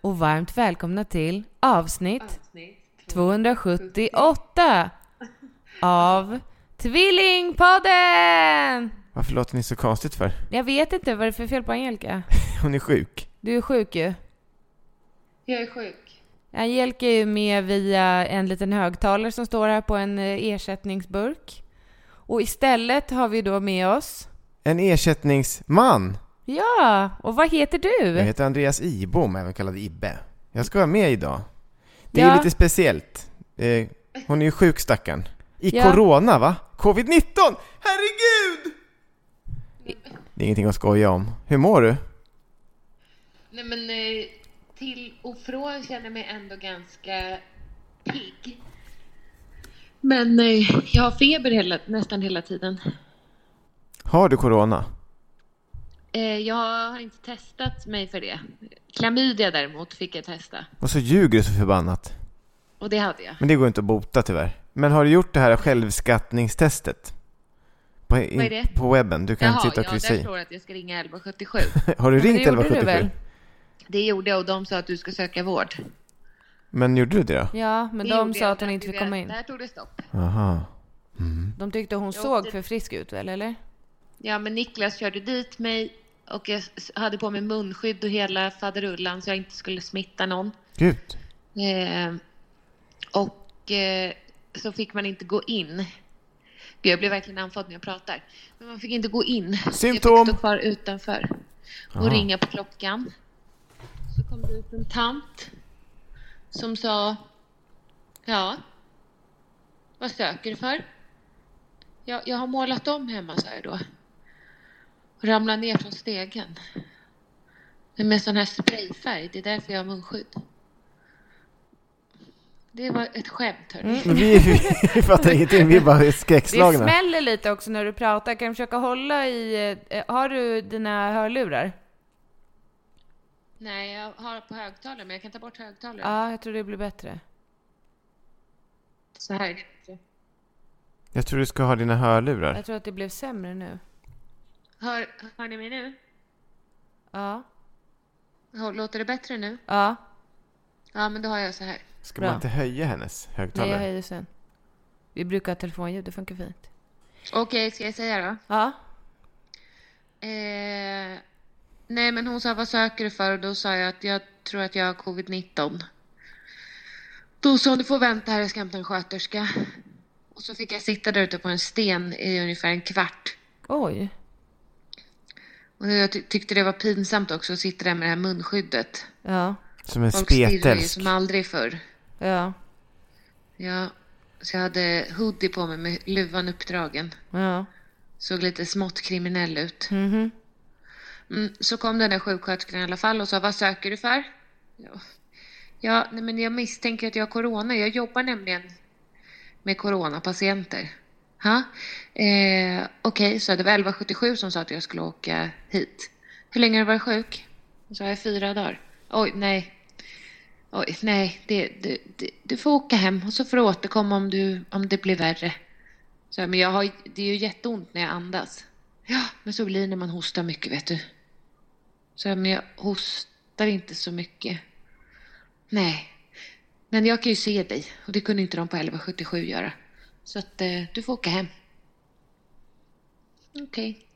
Och varmt välkomna till avsnitt 278 av Tvillingpodden! Varför låter ni så konstigt för? Jag vet inte vad det är för fel på Angelica. Hon är sjuk. Du är sjuk ju. Jag är sjuk. Angelica är ju med via en liten högtalare som står här på en eh, ersättningsburk. Och istället har vi då med oss... En ersättningsman! Ja, och vad heter du? Jag heter Andreas Ibom, även kallad Ibbe. Jag ska vara med idag. Det är Ja. ju lite speciellt. Eh, hon är ju sjuk stackarn. I Ja. corona va? Covid-19! Herregud! Det är ingenting att skoja om. Hur mår du? Nej men eh, till och från känner jag mig ändå ganska pigg. Men eh, jag har feber hela, nästan hela tiden. Har du corona? Eh, Jag har inte testat mig för det. Klamydia däremot fick jag testa. Och så ljuger du så förbannat. Och det hade jag. Men det går inte att bota tyvärr. Men har du gjort det här självskattningstestet? På, in, Vad är det? på webben? Du kan Jaha, sitta och ja, där kryssa i. står det att jag ska ringa 1177. Har du Men det ringt gjorde du 1177? väl? Det gjorde jag och de sa att du ska söka vård. Men gjorde du det då? Ja, men Det de gjorde sa jag, att hon men inte fick tyvärr- komma in. Där tog det stopp. Aha. De tyckte hon såg för frisk ut väl, eller? Ja, men Niklas körde dit mig och jag s- hade på mig munskydd och hela faderullan så jag inte skulle smitta någon. Gud. Eh, och eh, så fick man inte gå in. Gud, jag blir verkligen andfådd när jag pratar. Men man fick inte gå in. Jag Symptom. fick stå kvar utanför och Aha. ringa på klockan. Så kom det ut en tant som sa Ja, vad söker du för? Jag, jag har målat om hemma, sa jag då. Och ramlade ner från stegen. Men med sån här sprayfärg, det är därför jag har munskydd. Det var ett skämt, hörni. Men vi, vi fattar ingenting, vi är bara Det skräckslagna. smäller lite också när du pratar. Kan du försöka hålla i... eh, Har du dina hörlurar? Nej, jag har på högtalare, men jag kan ta bort högtalaren. Ja, jag tror det blir bättre. Så här är det bättre. Jag tror du ska ha dina hörlurar. Jag tror att det blev sämre nu. Hör, hör ni mig nu? Ja. Hör- Låter det bättre nu? Ja. Ja, men då har jag så här. Ska Bra. man inte höja hennes Nej, jag högtalare? höjer sen. Vi brukar ha telefonljud, det funkar fint. Okej, ska jag säga då? Ja. Eh, nej, men hon sa vad söker du för? Och då sa jag att jag tror att jag har covid-19. Då sa hon du får vänta här, jag ska hämta en sköterska. Och så fick jag sitta där ute på en sten i ungefär en kvart. Oj. Och jag ty- tyckte det var pinsamt också att sitta där med det här munskyddet. Ja. Som en Folk stirrar ju spetälsk. som aldrig förr. Ja. Ja, så jag hade hoodie på mig med luvan uppdragen. Ja. Såg lite smått kriminell ut. Mm, så kom den där sjuksköterskan i alla fall och sa vad söker du för? Ja, ja nej, men jag misstänker att jag har corona. Jag jobbar nämligen med coronapatienter. Ha? Eh, Okej, så det var 1177 som sa att jag skulle åka hit. Hur länge har du varit sjuk? Så sa jag fyra dagar. Oj, nej. Oj, nej. Det, det, det, du får åka hem och så får du återkomma om, du, om det blir värre. Så här, men jag har, det är ju jätteont när jag andas. Ja, men så blir det när man hostar mycket, vet du. Så här, men jag hostar inte så mycket. Nej, men jag kan ju se dig och det kunde inte de på 1177 göra. Så att eh, du får åka hem. Okej.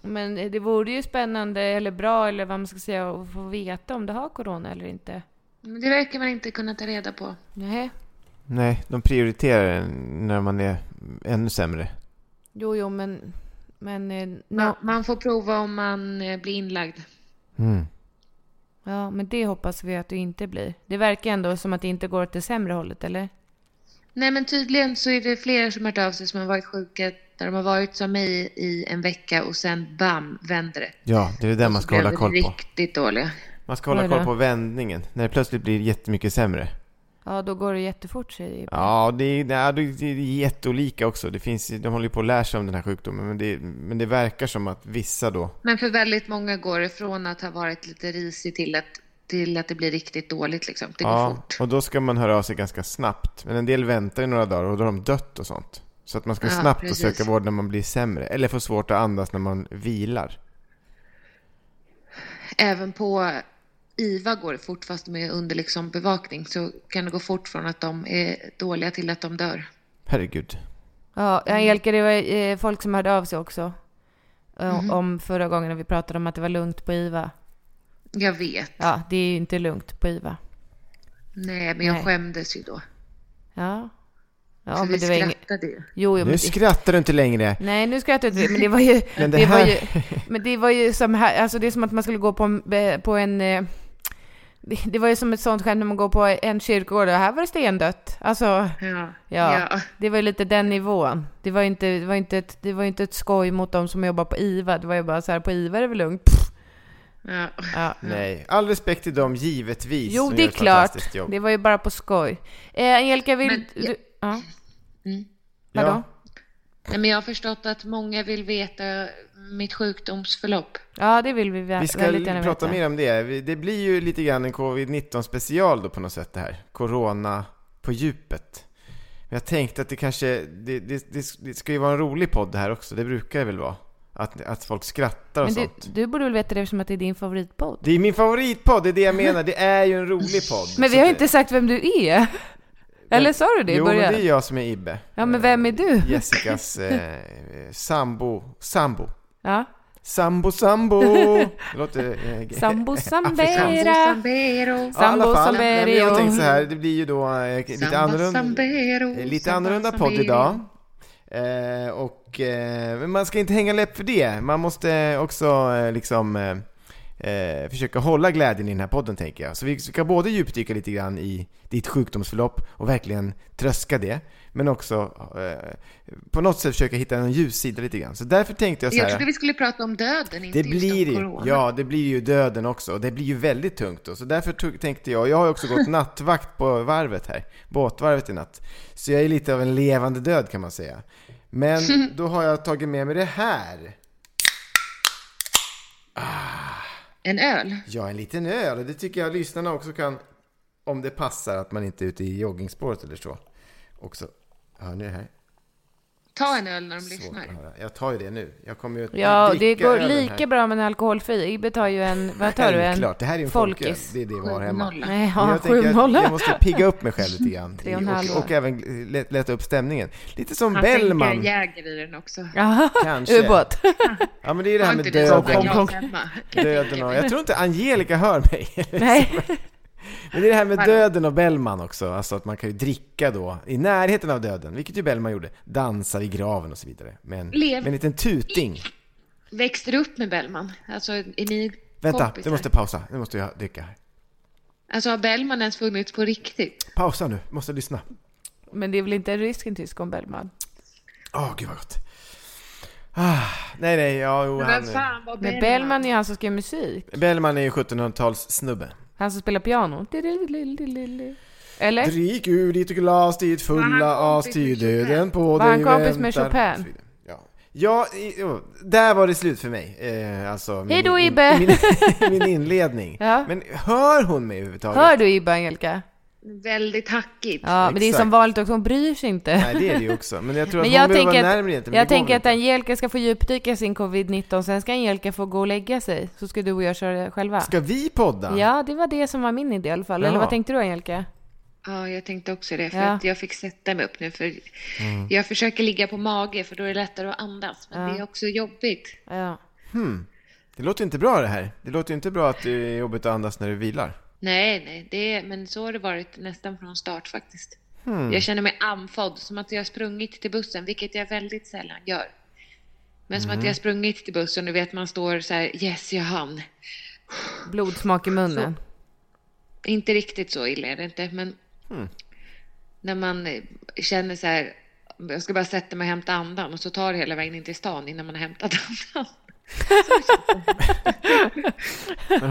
Men eh, det vore ju spännande, eller bra, eller vad man ska säga, att få veta om du har corona eller inte. Men det verkar man inte kunna ta reda på. Nej. Nej, de prioriterar en när man är ännu sämre. Jo, jo, men... Men... eh, Man, nå- man får prova om man eh, blir inlagd. Mm. Ja, men det hoppas vi att du inte blir. Det verkar ändå som att det inte går åt det sämre hållet, eller? Nej, men tydligen så är det flera som har hört av sig som har varit sjuka där de har varit som mig i en vecka och sen bam, vänder det. Ja, det är det man ska hålla Blev koll på. Riktigt dåliga. Man ska hålla Vad är det? koll på vändningen. När det plötsligt blir jättemycket sämre. Ja, då går det jättefort, säger ja. Ja, det är, nej, det det är jätteolika också. Det finns, de håller ju på att lära sig om den här sjukdomen. Men det, men det verkar som att vissa då... Men för väldigt många går det från att ha varit lite risig till att, till att det blir riktigt dåligt liksom. Det går Ja, fort. och då ska man höra av sig ganska snabbt. Men en del väntar i några dagar och då har de dött och sånt. Så att man ska Ja, snabbt precis. och söka vård när man blir sämre. Eller får svårt att andas när man vilar. Även på IVA går det fort fast med under liksom bevakning så kan det gå fort från att de är dåliga till att de dör. Herregud. Ja, Angelica, det var eh, folk som hörde av sig också. eh, Om förra gången när vi pratade om att det var lugnt på IVA. Jag vet. Ja, det är ju inte lugnt på IVA. Nej, men jag Nej. skämdes ju då. Ja. Ja, för men vi det var inget... skrattade ju. Jo, jo, men Nu det- skrattar du inte längre! Nej, nu skrattar jag inte, men det var ju... Men det det, var här- ju men det var ju som här, alltså det är som att man skulle gå på en... På en eh, det, det var ju som ett sånt skämt när man går på en kyrkogård och här var det stendött. Alltså, Ja. ja. ja. Det var ju lite den nivån. Det var ju inte, det var ju inte, ett, det var ju inte ett skoj mot de som jobbar på IVA. Det var ju bara så här, på IVA är det väl lugnt? Pff, ja. Ja. Nej, all respekt till dem givetvis. Jo, som det gör är ett klart. fantastiskt jobb. Det var ju bara på skoj. Eh, Angelica, vill Men jag- du... Ja. Mm. Vadå? Ja. Nej, men jag har förstått att många vill veta mitt sjukdomsförlopp. Ja, det vill vi, vä- Vi ska väldigt gärna prata veta. mer om det. Vi- Det blir ju lite grann en covid-19 special då på något sätt det här. Corona på djupet. Men jag tänkte att det kanske, det, det, det, det ska ju vara en rolig podd det här också. Det brukar det väl vara? Att, att folk skrattar och Men du, sånt. du borde väl veta det eftersom att det är din favoritpodd? Det är min favoritpodd, det är det jag menar. Det är ju en rolig podd. Men vi Så har ju det- inte sagt vem du är. Eller sa du det i Jo, början? men det är jag som är Ibbe. Ja, men vem är du? Jessicas eh, eh, sambo, sambo. Ja. Sambo, sambo! Det låter... Eh, Sambo Afrikanskt. Sambera. Sambero. Ja, i alla Sambo fall. Nej, men Jag Samberio. tänkte så här, det blir ju då eh, lite Samba, annorlunda, sambero, eh, lite samba, annorlunda podd sambero. idag. Eh, och, eh, men man ska inte hänga läpp för det. Man måste också eh, liksom eh, eh, försöka hålla glädjen i den här podden tänker jag. Så vi ska både djupdyka lite grann i ditt sjukdomsförlopp och verkligen tröska det. Men också eh, på något sätt försöka hitta en ljussida lite grann. Så därför tänkte jag så här. Jag trodde vi skulle prata om döden, inte Det just blir om ju, corona. ja det blir ju döden också. Det blir ju väldigt tungt då. Så därför tog, tänkte jag, jag har ju också gått nattvakt på varvet här, båtvarvet i natt. Så jag är lite av en levande död kan man säga. Men då har jag tagit med mig det här. En öl. Ja, en liten öl. Och Det tycker jag lyssnarna också kan, om det passar att man inte är ute i joggingspåret eller så. Också, hör ni det här? Ta en öl när de Svårt att lyssnar. höra. Jag tar ju det nu. Jag kommer ju att Ja, det dricka går ölen här. lika bra med en alkoholfri. Ibbe tar ju en... Vad tar du? En Självklart, det här är ju en folköl. folkis. Det är det vi har hemma. Nolla. Nej, Men ja, jag, tänker att 7-0. jag måste pigga upp mig själv lite grann. Tre och en halv. och, och även lä- lätta upp stämningen. Lite som Han tänker Bellman. Jäger i den också. Ja, Kanske. ubåt. Ja men det är det här Har med inte du sådana döden. glas hemma? döden och, jag tror inte Angelica hör mig. Nej. Men det är det här med Hallå. döden och Bellman också. Alltså att man kan ju dricka då i närheten av döden. Vilket ju Bellman gjorde. Dansar i graven och så vidare. Men Lev. med en liten tuting. Växte du upp med Bellman? Alltså, är ni Vänta, kompisar? du måste pausa. Nu måste jag dricka här. Alltså, har Bellman ens funnits på riktigt? Pausa nu, måste lyssna. Men det är väl inte en risk en tysk om Bellman? Åh, gud vad gott. Ah, nej, nej, ja, jo, Vem han, fan var Men Bellman? Bellman är ju han som skriver musik. Bellman är ju 1700-tals snubbe. Han som spelar piano. Eller? Drick ur ditt glas dit Var fulla han as kompis till med döden Chopin? på Var han dig kompis med väntar. Chopin? Och så vidare. Ja, ja i, jo, där var det slut för mig. Eh, alltså, Hej då, in- Ibbe. Min, min inledning. Ja. Men hör hon mig överhuvudtaget? Hör du Ibbe, Angelica? Väldigt hackigt. Ja, men det är Exakt. som vanligt också, hon bryr sig inte. Nej, det är det ju också. Men jag tror att Men hon jag behöver vara tänker att, närmare egentligen. men jag det går tänker väl att Angelica ska få djupdyka sin covid-19, sen ska Angelica få gå och lägga sig, så ska du och jag köra det själva. inte. Ska vi podda? Ja, det var det som var min idé i alla fall. Eller Ja. vad tänkte du Angelica? Ja, jag tänkte också det. För Ja. att jag fick sätta mig upp nu. För Mm. Jag försöker ligga på mage för då är det lättare att andas. Men det är också jobbigt. Ja. Det låter inte bra det här. Det låter inte bra att det är jobbigt att andas när du vilar. Nej, nej, det är, men så har det varit nästan från start faktiskt. Jag känner mig andfådd, som att jag har sprungit till bussen, vilket jag väldigt sällan gör. Men som att jag har sprungit till bussen och vet man står så här, yes, jag hann. Blodsmak i munnen. Inte riktigt så illa är det inte, men när man eh, känner så här, jag ska bara sätta mig och hämta andan och så tar det hela vägen in till stan innan man har hämtat andan. Men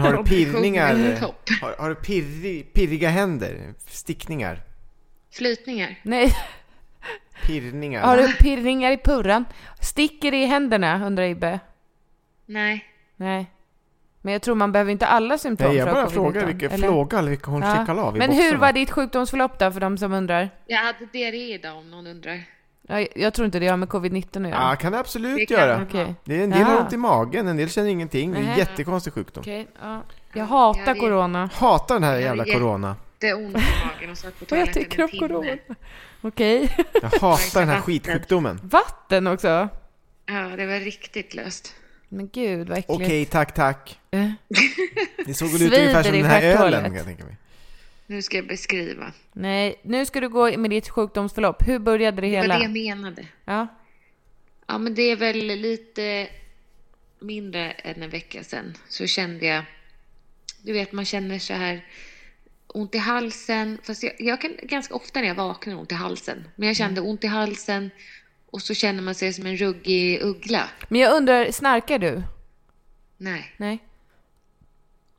har du pirrningar? Konditionen är topp. Har, har du pirri, pirriga händer? Stickningar? Flytningar. Nej, Pirrningar? har du pirringar i purran? Sticker det i händerna, undrar Ibbe? Nej. Nej. Men jag tror man behöver inte alla symptom Nej, jag för att bara ha frågar covid-19, vilka eller? frågar vilka hon Ja. checkar av i Men hur boxarna. var ditt sjukdomsförlopp då, för de som undrar? Jag hade diarré idag om någon undrar. Jag, jag tror inte det har med covid-19 att göra. Ja, kan det absolut Det kan göra. man. Okej. Det är en del har Jaha. ont i magen, en del känner ingenting. Det är en Nej. jättekonstig sjukdom. Okej, ja. Jag Ja, hatar det- corona. Hatar den här Jag jävla vet. corona. Det är ont i magen och satt på Och jag toaletten tycker om en timme. corona. Okej. Jag hatar den här Vatten. skitsjukdomen. Vatten också? Ja, det var riktigt löst. Men gud vad äckligt. Okej, tack, tack. Eh. Det såg väl ut Svider ungefär som i den här stjärthålet. ölen, kan jag tänka mig. Nu ska jag beskriva. Nej, nu ska du gå med ditt sjukdomsförlopp. Hur började det Det hela? var det jag menade. Ja. Ja, men det är väl lite mindre än en vecka sedan så kände jag, du vet man känner så här ont i halsen, fast jag, jag kan ganska ofta när jag vaknar ont i halsen, men jag Mm. kände ont i halsen och så känner man sig som en ruggig uggla. Men jag undrar, snarkar du? Nej, Nej?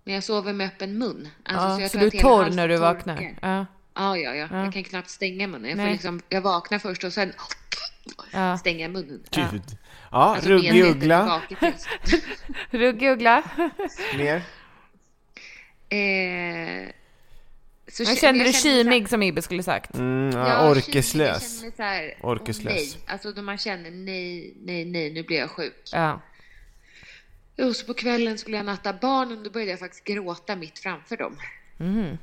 men jag sover med öppen mun. Alltså, Ja, så, jag tror du är att hela torr halsen när du torkar. vaknar? Ja. Ja, ja, ja. Jag kan knappt stänga munnen. Jag, får Nej. liksom, jag vaknar först och sen Ja. stänga munnen. Gud. Ja, Alltså, Typ ruggig medvetet uggla. bakifrån. Ruggig uggla? Mer. Eh, så Jag kä- kände dig så här- kymig som Ibbe skulle sagt. Mm, ja, Ja, orkeslös. kymig. Jag kände så här, Orkeslös. åh, Nej. Alltså då man känner nej, nej, nej, nu blir jag sjuk. Ja. Och så på kvällen skulle jag natta barnen och då började jag faktiskt gråta mitt framför dem.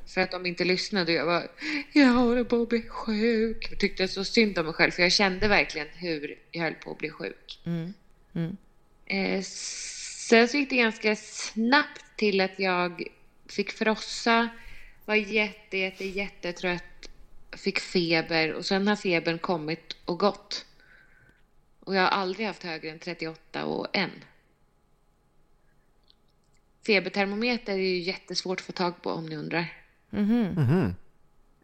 För att de inte lyssnade och jag var jag håller på att bli sjuk. Jag tyckte så synd om mig själv för jag kände verkligen hur jag höll på att bli sjuk. Eh, sen så gick det ganska snabbt till att jag fick frossa, var jätte, jätte, jättetrött, fick feber och sen har febern kommit och gått. Och jag har aldrig haft högre än 38 och en. Febertermometer är ju jättesvårt att få tag på om ni undrar. Mm-hmm.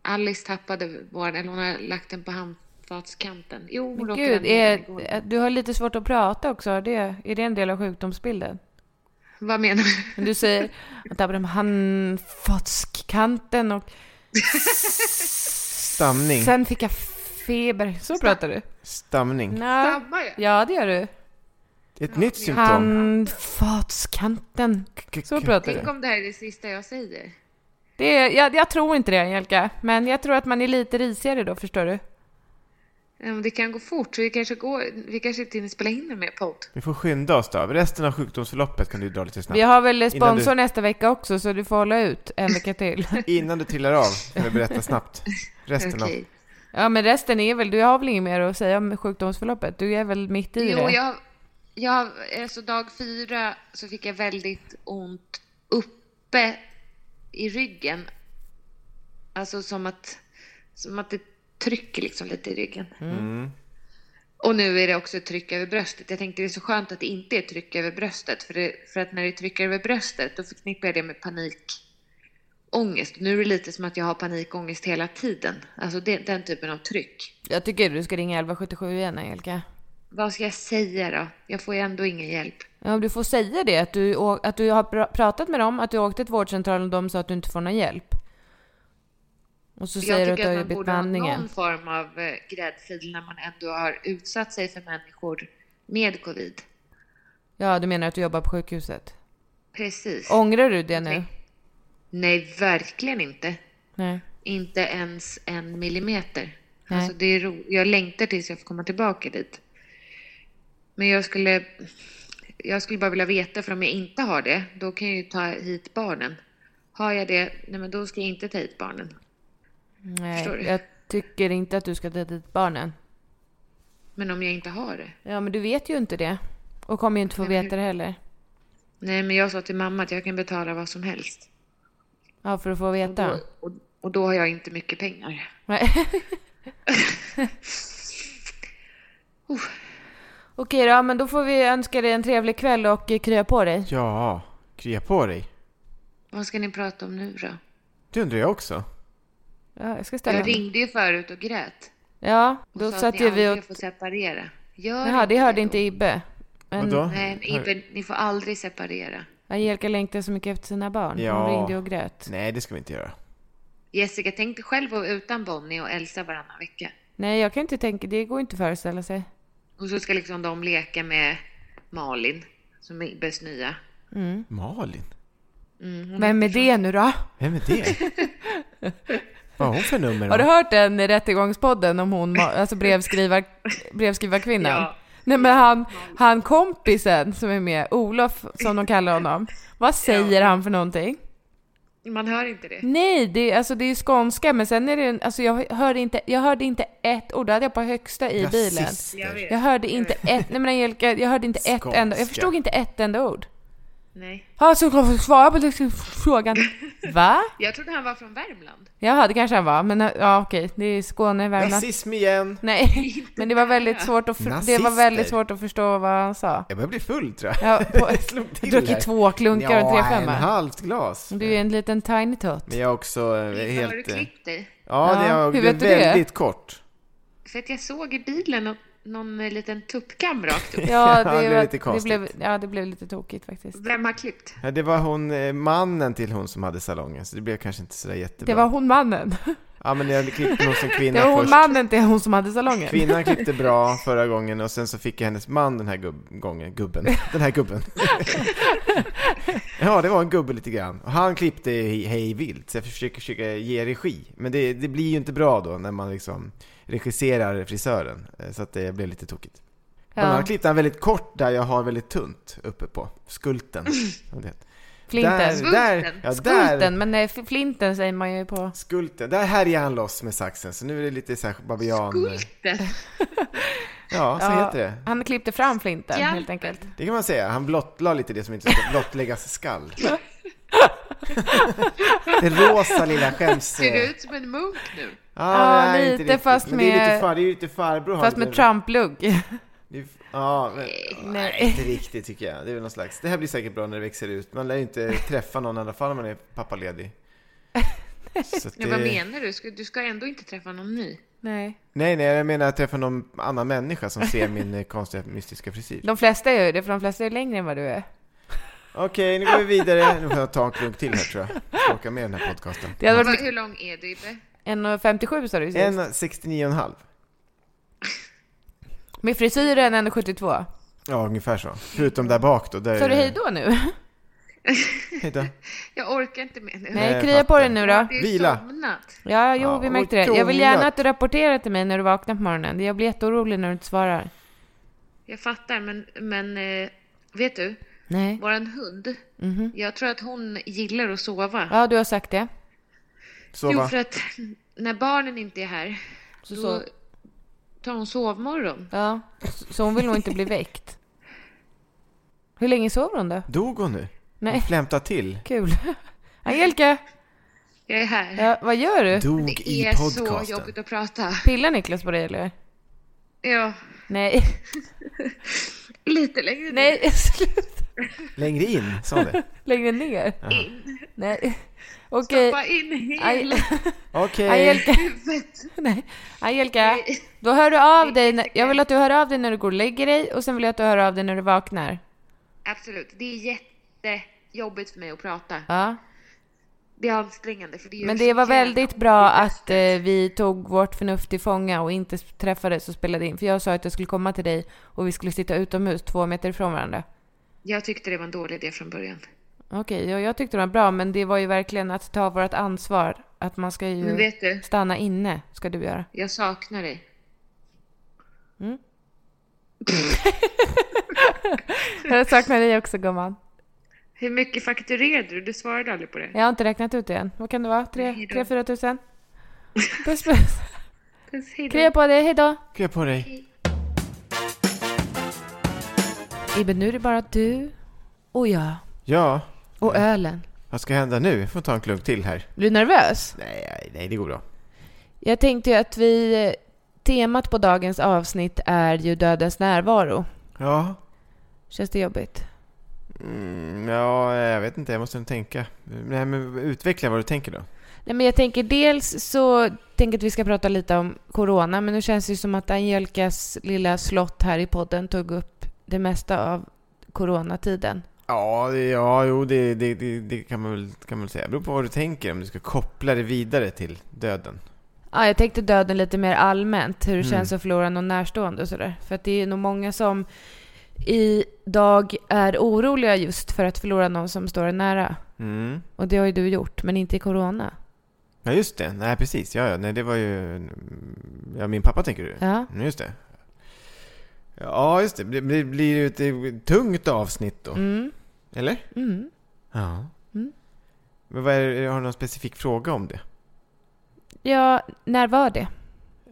Alice tappade vår, eller hon har lagt den på handfatskanten. Jo, hon Men råkade gud, lämna den är, igår. du har lite svårt att prata också. Är det, är det en del av sjukdomsbilden? Vad menar du? Men du säger att Abraham han kanten och Stamning. sen fick jag feber. Så pratar du? Mm. Stamning. Nej. Sabbar jag? Ja, det gör du. Ehm, Ett nytt symptom. Handfatskanten. Så pratar Tänk du. om det här är det sista jag säger. Det är, jag, jag tror inte det, Angelica. Men jag tror att man är lite risigare då, förstår du? Ja, men Ehm, Det kan gå fort, så vi kanske, går, vi kanske inte hinner spela in en mer podd. Vi får skynda oss då. Resten av sjukdomsförloppet kan du dra lite Vi snabbt. har väl sponsor Innan nästa vecka också, så du får hålla ut en vecka till. Innan du trillar av kan vi berätta snabbt. Resten av... Okej. Ja, men resten är väl... Du har väl inget mer att säga om sjukdomsförloppet? Du är väl mitt i Jo, det? jag, jag, alltså dag fyra så fick jag väldigt ont uppe i ryggen. Alltså som att, som att det trycker liksom lite i ryggen. Och nu är det också ett tryck över bröstet. Jag tänkte det är så skönt att det inte är ett tryck över bröstet. För, det, för att när det trycker över bröstet då förknippar jag det med panikångest. Nu är det lite som att jag har panikångest hela tiden. Alltså det, den typen av tryck. Jag tycker du ska ringa 1177 igen, Angelica. Vad ska jag säga då? Jag får ju ändå ingen hjälp. Ja, om du får säga det, att du, å- att du har pra- pratat med dem, att du åkte till vårdcentralen och de sa att du inte får någon hjälp. Och så säger du jag att du har tycker att man jobbigt borde med ha andningen. någon form av eh, gräddfil när man ändå har utsatt sig för människor med covid. Ja, du menar att du jobbar på sjukhuset? Precis. Ångrar du det nu? Nej, verkligen inte. Nej. Inte ens en millimeter. Nej. Alltså det är ro- jag längtar tills jag får komma tillbaka dit. Men jag skulle, jag skulle bara vilja veta, för om jag inte har det, då kan jag ju ta hit barnen. Har jag det, nej men då ska jag inte ta hit barnen. Förstår Nej, du? jag tycker inte att du ska ta dit barnen. Men om jag inte har det? Ja, men du vet ju inte det. Och kommer ju inte få Nej, men veta det heller. Nej, men jag sa till mamma att jag kan betala vad som helst. Ja, för att få veta. Och, och, och då har jag inte mycket pengar. Nej. Oh. Okej då, men då får vi önska dig en trevlig kväll och eh, krya på dig. Ja, krya på dig. Vad ska ni prata om nu då? Det undrar jag också. Ja, jag ska ställa Jag mig. ringde ju förut och grät. Ja, Och då sa satt att ju ni vi aldrig och... får separera. Gör Jaha, det hörde inte Och- Ibbe. Men Vadå? Nej, men Ibbe, ni får aldrig separera. Angelica längtar så mycket efter sina barn. Ja. Hon ringde och grät. Nej, det ska vi inte göra. Jessica, tänk dig själv att vara utan Bonnie och Elsa varannan vecka. Nej, jag kan inte tänka. Det går inte att föreställa sig. Och så ska liksom de leka med Malin, som är Ibbes nya. Malin? Mm. Vem är det nu då? Vem är det? Vad har hon för nummer? Har du hört den i Rättegångspodden om hon, alltså brevskrivar, brevskrivarkvinnan? Ja. Nej men han, han kompisen som är med, Olof som de kallar honom. Vad säger han för någonting? Man hör inte det. Nej, det, är- alltså det är ju skånska men sen är det, en- alltså jag hörde inte, jag hörde inte ett ord, det hade jag på högsta i bilen. Rasister. Jag vet. Jag hörde inte ett, nej men Angelica, jag hörde inte ett Skånska. enda, jag förstod inte ett enda ord. Nej. Ja, så jag får svara på den frågan. Va? Jag trodde han var från Värmland. Jaha, det kanske han var, men ja okej, det är Skåne, Värmland. Rasism igen. Nej, men det var väldigt svårt att, för, det var Nazister. väldigt svårt att förstå vad han sa. Jag börjar bli full tror jag. Jag, på, Jag slog till druckit här. två klunkar och tre Ja, en femma. Mm. halvt glas. Du är en liten tiny tot. Men jag är också eh, Har du helt... eh, klippt dig? Ja, det Ja, är, hur det är vet du det? väldigt kort. För att jag såg i bilen och någon eh, liten tuppkam rakt upp. Ja, det det, blev var, lite det, konstigt. blev, ja, det blev lite tokigt faktiskt. Vem har klippt? Ja, det var hon, eh, mannen till hon som hade salongen, så det blev kanske inte sådär jättebra. Det var hon mannen. Ja, men jag klippte nog som Det kvinna var hon först. mannen till hon som hade salongen. Kvinnan klippte bra förra gången och sen så fick jag hennes man den här gubb- gången, gubben. Den här gubben. ja, det var en gubbe lite grann. Och han klippte hej hej vilt, så jag försöker, försöker ge regi. Men det, det blir ju inte bra då när man liksom regisserar frisören. Eh, Så att det blev lite tokigt. Ja. Men han klippte han väldigt kort där jag har väldigt tunt uppe på. Skulten. som det heter. Flinten. Där, där, ja, där, Mm. Skulten, men nej, flinten säger man ju på... skulten. Där härjar han loss med saxen, så nu är det lite så här babian... Gulten! Ja, så Ja, heter det. Han klippte fram flinten Ja. helt enkelt. Det kan man säga. Han blottlade lite det som inte ska blottläggas skall. det rosa lilla skäms... Ser du ut som en munk nu? Ah, Ja, nej, lite, inte riktigt. fast Men det är lite, med- far, det är ju lite farbror. har Fast lite- med Trump-lugg. det är- Ja, men, nej. Nej. inte riktigt tycker jag. Det är väl någon slags... Det här blir säkert bra när det växer ut. Man lär ju inte träffa någon i alla fall om man är pappaledig. Så att Nej, vad det- menar du? Ska, du ska ändå inte träffa någon ny? Nej. nej, nej, jag menar att träffa någon annan människa som ser min eh, konstiga mystiska frisyr. De flesta gör ju det, för de flesta är längre än vad du är. Okej, nu går vi vidare. Nu får jag ta en klunk till här tror jag. Jag ska orka med den här podcasten. Det hade Vad- varit Hur lång är du Ibbe? 1,57 sa du sist. 1,69,5. Med frisyren 1,72. Ja, ungefär så. Förutom där bak då. Där Sa du är- hej då nu? Hej då. Jag orkar inte med nu. Nej, jag krya på fattar. dig nu då. Det är Vila. somnat. Ja, jo, Ja, vi och märkte det. Jag vill gärna krånglat. att du rapporterar till mig när du vaknar på morgonen. Jag blir jätteorolig när du inte svarar. Jag fattar, men, men eh, vet du? Nej. Våran hund, jag tror att hon gillar att sova. Mhm. Ja, du har sagt det. Sova. Jo, för att när barnen inte är här, Så, då så. tar hon sovmorgon. Ja, så- så hon vill nog inte bli väckt. Hur länge sover hon då? Dog hon nu? Hon Nej, flämtade till. kul. Angelica, Jag är här. ja, vad gör du? Dog Det i är så podcasten. jobbigt att prata. Pillar Niklas på dig eller? Ja, Nej, lite längre ner. nej, sluta. Längre in, sa hon det. Längre ner. Nej, okej. Stoppa in hela Aj- Okej. Angelica, huvudet. nej. Angelica, då hör du av dig. när- Jag vill att du hör av dig när du går och lägger dig och sen vill jag att du hör av dig när du vaknar. Absolut, det är jättejobbigt för mig att prata. Ja. Det är ansträngande. För det är ju Men så det var jävla väldigt bra att eh, vi tog vårt förnuft till fånga och inte s- träffades och spelade in. För jag sa att jag skulle komma till dig och vi skulle sitta utomhus två meter ifrån varandra. Jag tyckte det var en dålig idé från början. Okej, ja, jag tyckte det var bra, men det var ju verkligen att ta vårt ansvar Att man ska ju Men vet du, stanna inne, ska du göra. jag saknar dig. Jag saknar dig också gumman. Hur mycket fakturerade du? Du svarade aldrig på det. Jag har inte räknat ut det än. Vad kan det vara? Nej 3 då. 4 tusen? Puss puss. Puss, hej då. Krya på dig, hejdå. Krya på dig. Iben, nu är det bara du och jag Ja, och ölen. vad ska hända nu? Jag får ta en klunk till här. Blir du nervös? Nej, nej, det går bra. Jag tänkte ju att vi... Temat på dagens avsnitt är ju dödens närvaro. Ja, Känns det jobbigt? mm, ja, jag vet inte, jag måste nog tänka. Nej, men utveckla vad du tänker då. Nej, men jag tänker dels så tänker att vi ska prata lite om corona, men nu känns det ju som att Angelikas lilla slott här i podden tog upp det mesta av coronatiden. Ja, det- ja jo, det, det, det, det kan, man väl, kan man väl säga. Det beror på vad du tänker, om du ska koppla det vidare till döden. Ja, jag tänkte döden lite mer allmänt, hur det Mm. känns att förlora någon närstående och sådär. För att det är nog många som idag är oroliga just för att förlora någon som står en nära. Mm. Och det har ju du gjort, men inte i corona. Ja, just det. Nej, precis. Ja, ja. Nej, det var ju... mm, Ja, min pappa tänker du? Ja. Mm, just det. Ja, just det. Det blir, blir ju ett eh, tungt avsnitt då. Mm. Eller? Mm. Ja. Mm. Men vad är, det- har du någon specifik fråga om det? Ja, när var det?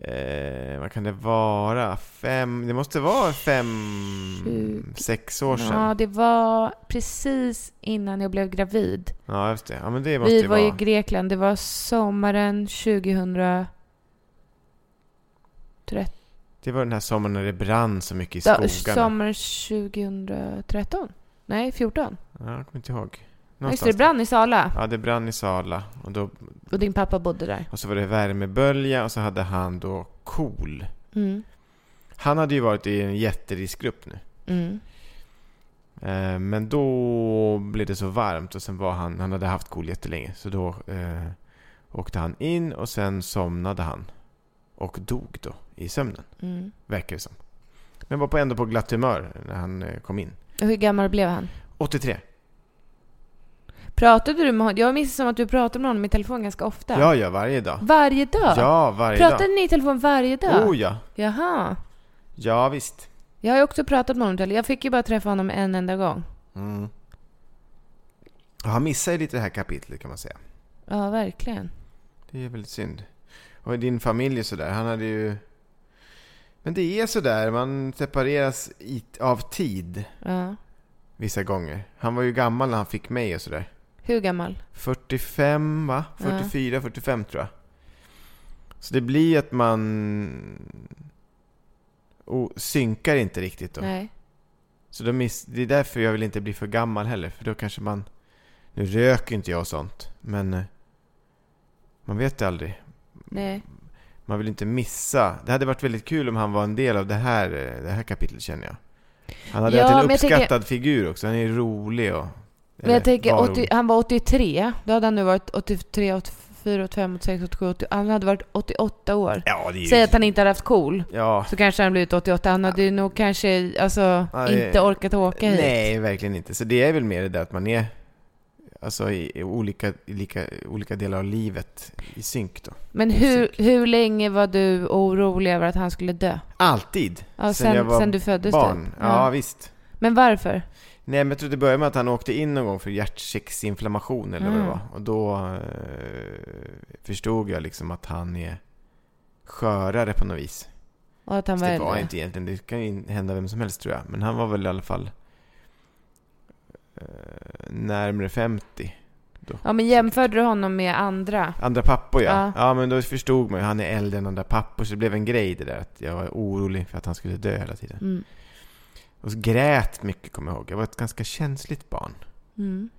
Eh, vad kan det vara? Fem... Det måste vara fem... Tjugo. Sex år sedan. Ja, det var precis innan jag blev gravid. Ja, just det. Ja, men det måste Vi ju var vara... i Grekland, det var sommaren 2013. Det var den här sommaren när det brann så mycket i Ja, skogarna. sommaren 2013? Nej, 14. Ja, jag kommer inte ihåg. Ja, Just det, det brann i Sala Ja, det brann i Sala. Och, då, och din pappa bodde där. och så var det värmebölja och så hade han då KOL. Mm. Han hade ju varit i en jätteriskgrupp nu. Mm. Eh, men då blev det så varmt och sen var han, han hade haft KOL jättelänge. Så då eh, åkte han in och sen somnade han. Och dog då i sömnen, Mm. verkar det som. Men var på, ändå på glatt humör när han eh, kom in. Och Hur gammal blev han? 83. Pratade du med honom? Jag minns det som att du pratade med honom i telefon ganska ofta. Ja, ja, varje dag. Varje dag? Ja, varje dag. pratade ni i telefon varje dag? Oh ja. Jaha. Ja, visst. Jag har ju också pratat med honom. i telefon. Jag fick ju bara träffa honom en enda gång. Mm. Ja, Han missar ju lite det här kapitlet kan man säga. Ja, verkligen. Det är väldigt synd. Och i din familj är sådär, han hade ju... Men det är sådär, man separeras i, av tid Ja. vissa gånger. Han var ju gammal när han fick mig och sådär. Hur gammal? 45 va? 44, 45 tror jag. Så det blir ju att man... Och synkar inte riktigt då. Nej. Så då miss, det är därför jag vill inte bli för gammal heller, för då kanske man... Nu röker inte jag och sånt, men... eh, Man vet det aldrig. Nej. Man vill inte missa. Det hade varit väldigt kul om han var en del av det här, eh, det här kapitlet känner jag. Han hade Ja, varit men en jag tänker- uppskattad figur också. Han är rolig och... Men jag eller tänker, var 80, rolig. han var 83. Då hade han nu varit 83, 84, 85, 86, 87, 80. Han hade varit 88 år. Ja, det är ju... Säg att han inte hade haft KOL. Ja. Så kanske han blivit 88. Han hade ju nog kanske alltså, Ja, det- inte orkat åka hit. Nej, verkligen inte. Så det är väl mer det där att man är... Alltså i i olika, i lika, olika delar av livet i synk då. Men hur, hur länge var du orolig över att han skulle dö? Alltid! Ja, sen- sen du föddes barn. typ. Ja, Ja. visst. Men varför? Nej, men jag tror det började med att han åkte in någon gång för hjärtsäcksinflammation eller vad Mm. det var. Och då eh, förstod jag liksom att han är skörare på något vis. Och att han Så var det var äldre? inte egentligen, det kan ju hända vem som helst tror jag. Men han var väl i alla fall eh, närmare 50. Ja, men jämförde du honom med andra? Andra pappor ja. Ja. ja. men då förstod man ju, han är äldre än andra pappor. Så det blev en grej det där att jag var orolig för att han skulle dö hela tiden. Mm. Och så grät mycket kommer jag ihåg. Jag var ett ganska känsligt barn. Mm.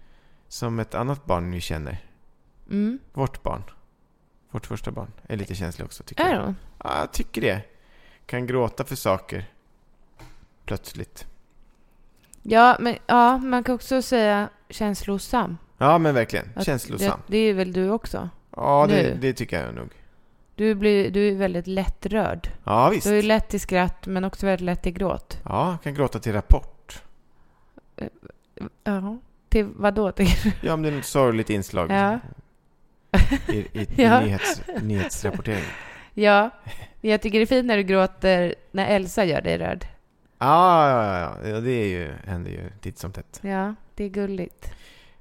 Som ett annat barn vi känner. Mm. Vårt barn. Vårt första barn. Är lite känslig också tycker Är jag. hon? Ja, jag tycker det. Kan gråta för saker. Plötsligt. Ja, men ja, man kan också säga känslosam. Ja men verkligen. Att Känslosam. Det, det är väl du också? Ja det, nu. det tycker jag nog. Du, blir, du är väldigt lättrörd. Ja visst. Du är lätt till skratt, men också väldigt lätt till gråt. Ja, kan gråta till Rapport. Ja. Till vad då? Till, Ja om det är något sorgligt inslag. ja. i, i, Ja. i nyhets, nyhetsrapportering. Ja, jag tycker det är fint när du gråter när Elsa gör dig rörd. Ja, ja, ja, ja, det är ju, händer ju titt som tätt. Ja, det är gulligt.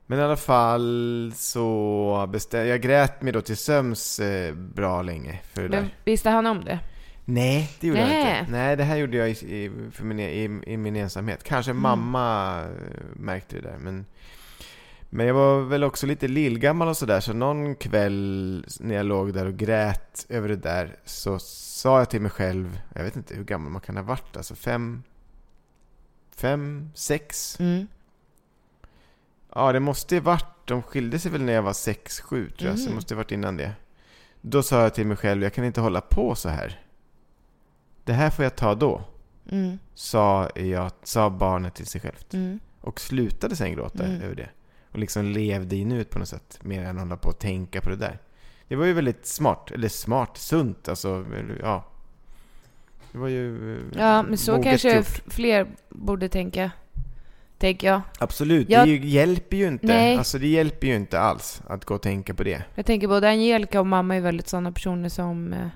Men i alla fall så bestämde jag grät mig då till sömns eh, bra länge för det Men där. visste han om det? Nej, det gjorde jag Nej. inte. Nej, det här gjorde jag i, i, för min, i, i min ensamhet. Kanske Mm. mamma eh, märkte det där, men men jag var väl också lite lillgammal och sådär, så någon kväll när jag låg där och grät över det där så sa jag till mig själv, jag vet inte hur gammal man kan ha varit, alltså fem, fem, sex, Mm. Ja, det måste ju varit, de skilde sig väl när jag var 6-7 tror jag, så Mm. det måste ju varit innan det. Då sa jag till mig själv, jag kan inte hålla på så här. Det här får jag ta då, Mm. sa, jag, sa barnet till sig självt. Mm. Och slutade sen gråta Mm. över det. Och liksom levde i nuet på något sätt, mer än hålla på och tänka på det där. Det var ju väldigt smart, eller smart, sunt, alltså, eller, ja. Det var ju... eh, Ja, men så moget kanske gjort. f- fler borde tänka, tänker jag. Absolut, Jag- det ju, hjälper ju inte. Nej. Alltså det hjälper ju inte alls att gå och tänka på det. Jag tänker både Angelica och mamma är väldigt sådana personer som eh,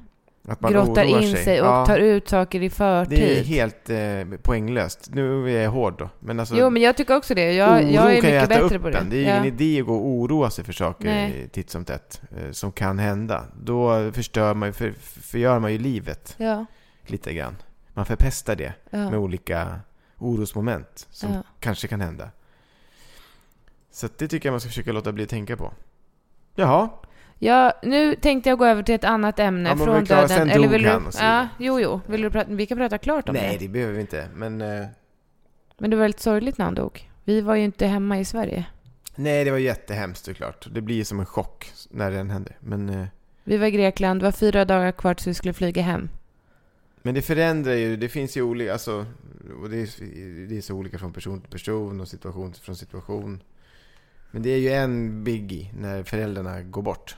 Att grottar oroar in sig och Ja, tar ut saker i Det är förtid. helt eh, poänglöst. Nu är jag hård då. Men alltså, Jo, men jag tycker också det. Jag, oro jag är kan ju mycket äta bättre upp på det. en. Det är ju ja. ingen idé att gå och oroa sig för saker Nej. eh, titt som tätt eh, som kan hända. Då förstör man ju, för, förgör man ju livet Ja, lite grann. Man förpestar det ja. med olika orosmoment som Ja. kanske kan hända. Så att det tycker jag man ska försöka låta bli att tänka på. Jaha, Ja, nu tänkte jag gå över till ett annat ämne Ja, men vi är från klara. döden. Sen Eller dog vill han och du... så vidare. Ja, jo, jo. Vill du prata... Vi kan prata klart om nej det. det behöver vi inte. Men eh, Men det var väldigt sorgligt när han dog. Vi var ju inte hemma i Sverige. nej, det var jättehemskt såklart. Det blir ju som en chock när den händer. Men eh, Vi var i Grekland, det var fyra dagar kvar tills vi skulle flyga hem. Men det förändrar ju, det finns ju olika, alltså, och det är, det är så olika från person till person och situation från situation. Men det är ju en biggie när föräldrarna går bort.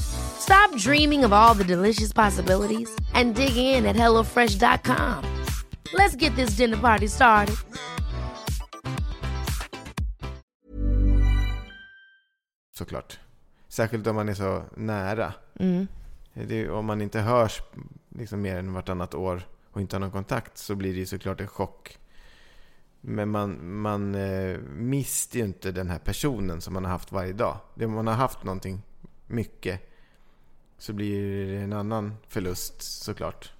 Stop dreaming of all the delicious possibilities and dig in at HelloFresh.com. Let's get this dinner party started. Såklart. Särskilt om man är så nära. Mm. Det är, om man inte hörs liksom mer än vartannat år och inte har någon kontakt så blir det ju såklart en chock. Men man, man eh, mister ju inte den här personen som man har haft varje dag. Det man har haft någonting mycket så blir det en annan förlust såklart.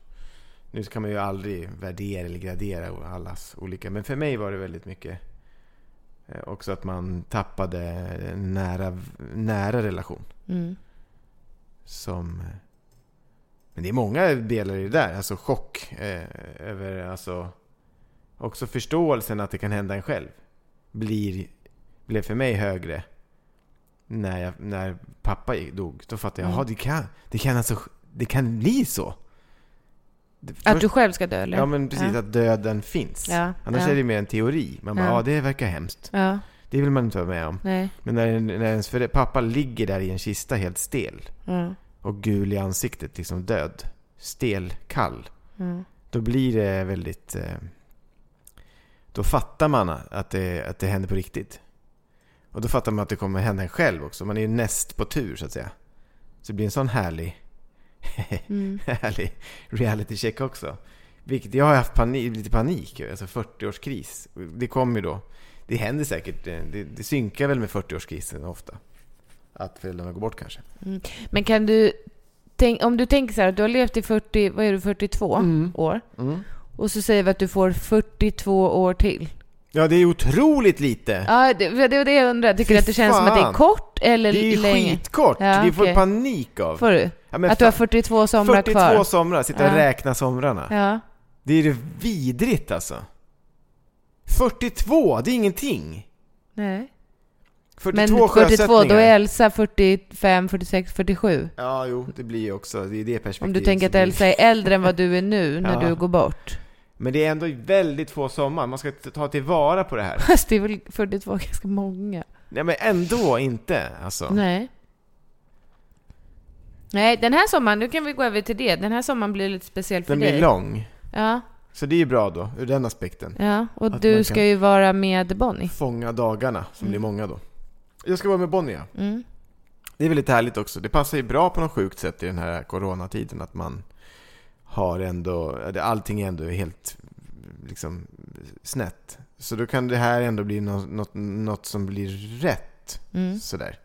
Nu kan man ju aldrig värdera eller gradera allas olika. Men för mig var det väldigt mycket eh, också att man tappade en nära, nära relation Mm. som... eh, Men det är många delar i det där. Alltså chock eh, över... Alltså, också förståelsen att det kan hända en själv. Blir, blev för mig högre när, jag, när pappa dog. Då fattade Mm. jag, jaha det kan, det kan alltså... Det kan bli så! Det- Att först- du själv ska dö, eller? Ja men precis, Ja. att döden finns. Ja, Annars ja. är det mer en teori. Man bara, ja. Ja. det verkar hemskt. Ja, Det vill man inte vara med om. nej. Men när, när ens före- pappa ligger där i en kista helt stel Mm. och gul i ansiktet, liksom död, stel, kall. Mm. Då blir det väldigt... Eh, då fattar man att det, att det händer på riktigt. Och då fattar man att det kommer hända en själv också. Man är ju näst på tur så att säga. Så det blir en sån härlig, Mm. härlig reality check också. Vilket jag har haft panik, lite panik, alltså 40-årskris. Det kommer ju då. Det händer säkert, eh, det, det synkar väl med 40-årskrisen ofta. Att föräldrarna går bort kanske. Men kan du, tänk, om du tänker så här, att du har levt i 40, vad är du, 42 Mm. år? Och så säger vi att du får 42 år till. Ja, det är otroligt lite! Ja, det det var det, jag undrar. Tycker Fy du att det känns som att det är fan. kort eller Det är ju länge? skitkort! Ja, Det får okej. jag panik av. Får du? Ja, men att du har fan. 42 somrar 42 kvar? somrar, sitta och Ja. räkna somrarna. Ja. Det är det vidrigt alltså. 42, det är ingenting. Nej. 42 Men 42, då sjösättningar. är Elsa 45, 46, 47. Ja, jo, det blir ju också, det är det perspektivet. Om du tänker som att blir- Elsa är äldre än vad du är nu när Ja. du går bort. Men det är ändå väldigt få sommar, man ska t- ta tillvara på det här. Fast det är väl 42 ganska många? Nej men ändå inte alltså. Nej. Nej, den här sommaren, nu kan vi gå över till det. Den här sommaren blir lite speciell för Den dig. blir lång. Ja, Så det är ju bra då, ur den aspekten. ja. Och Att du man ska kan- ju vara med Bonnie. Fånga dagarna, som Mm. det är många då. Jag ska vara med Bonnie ja. Det är väldigt härligt också. Det passar ju bra på något sjukt sätt i den här coronatiden att man har ändå, att allting är ändå helt liksom snett. Så då kan det här ändå bli något, något, något som blir rätt. Mm. Sådär.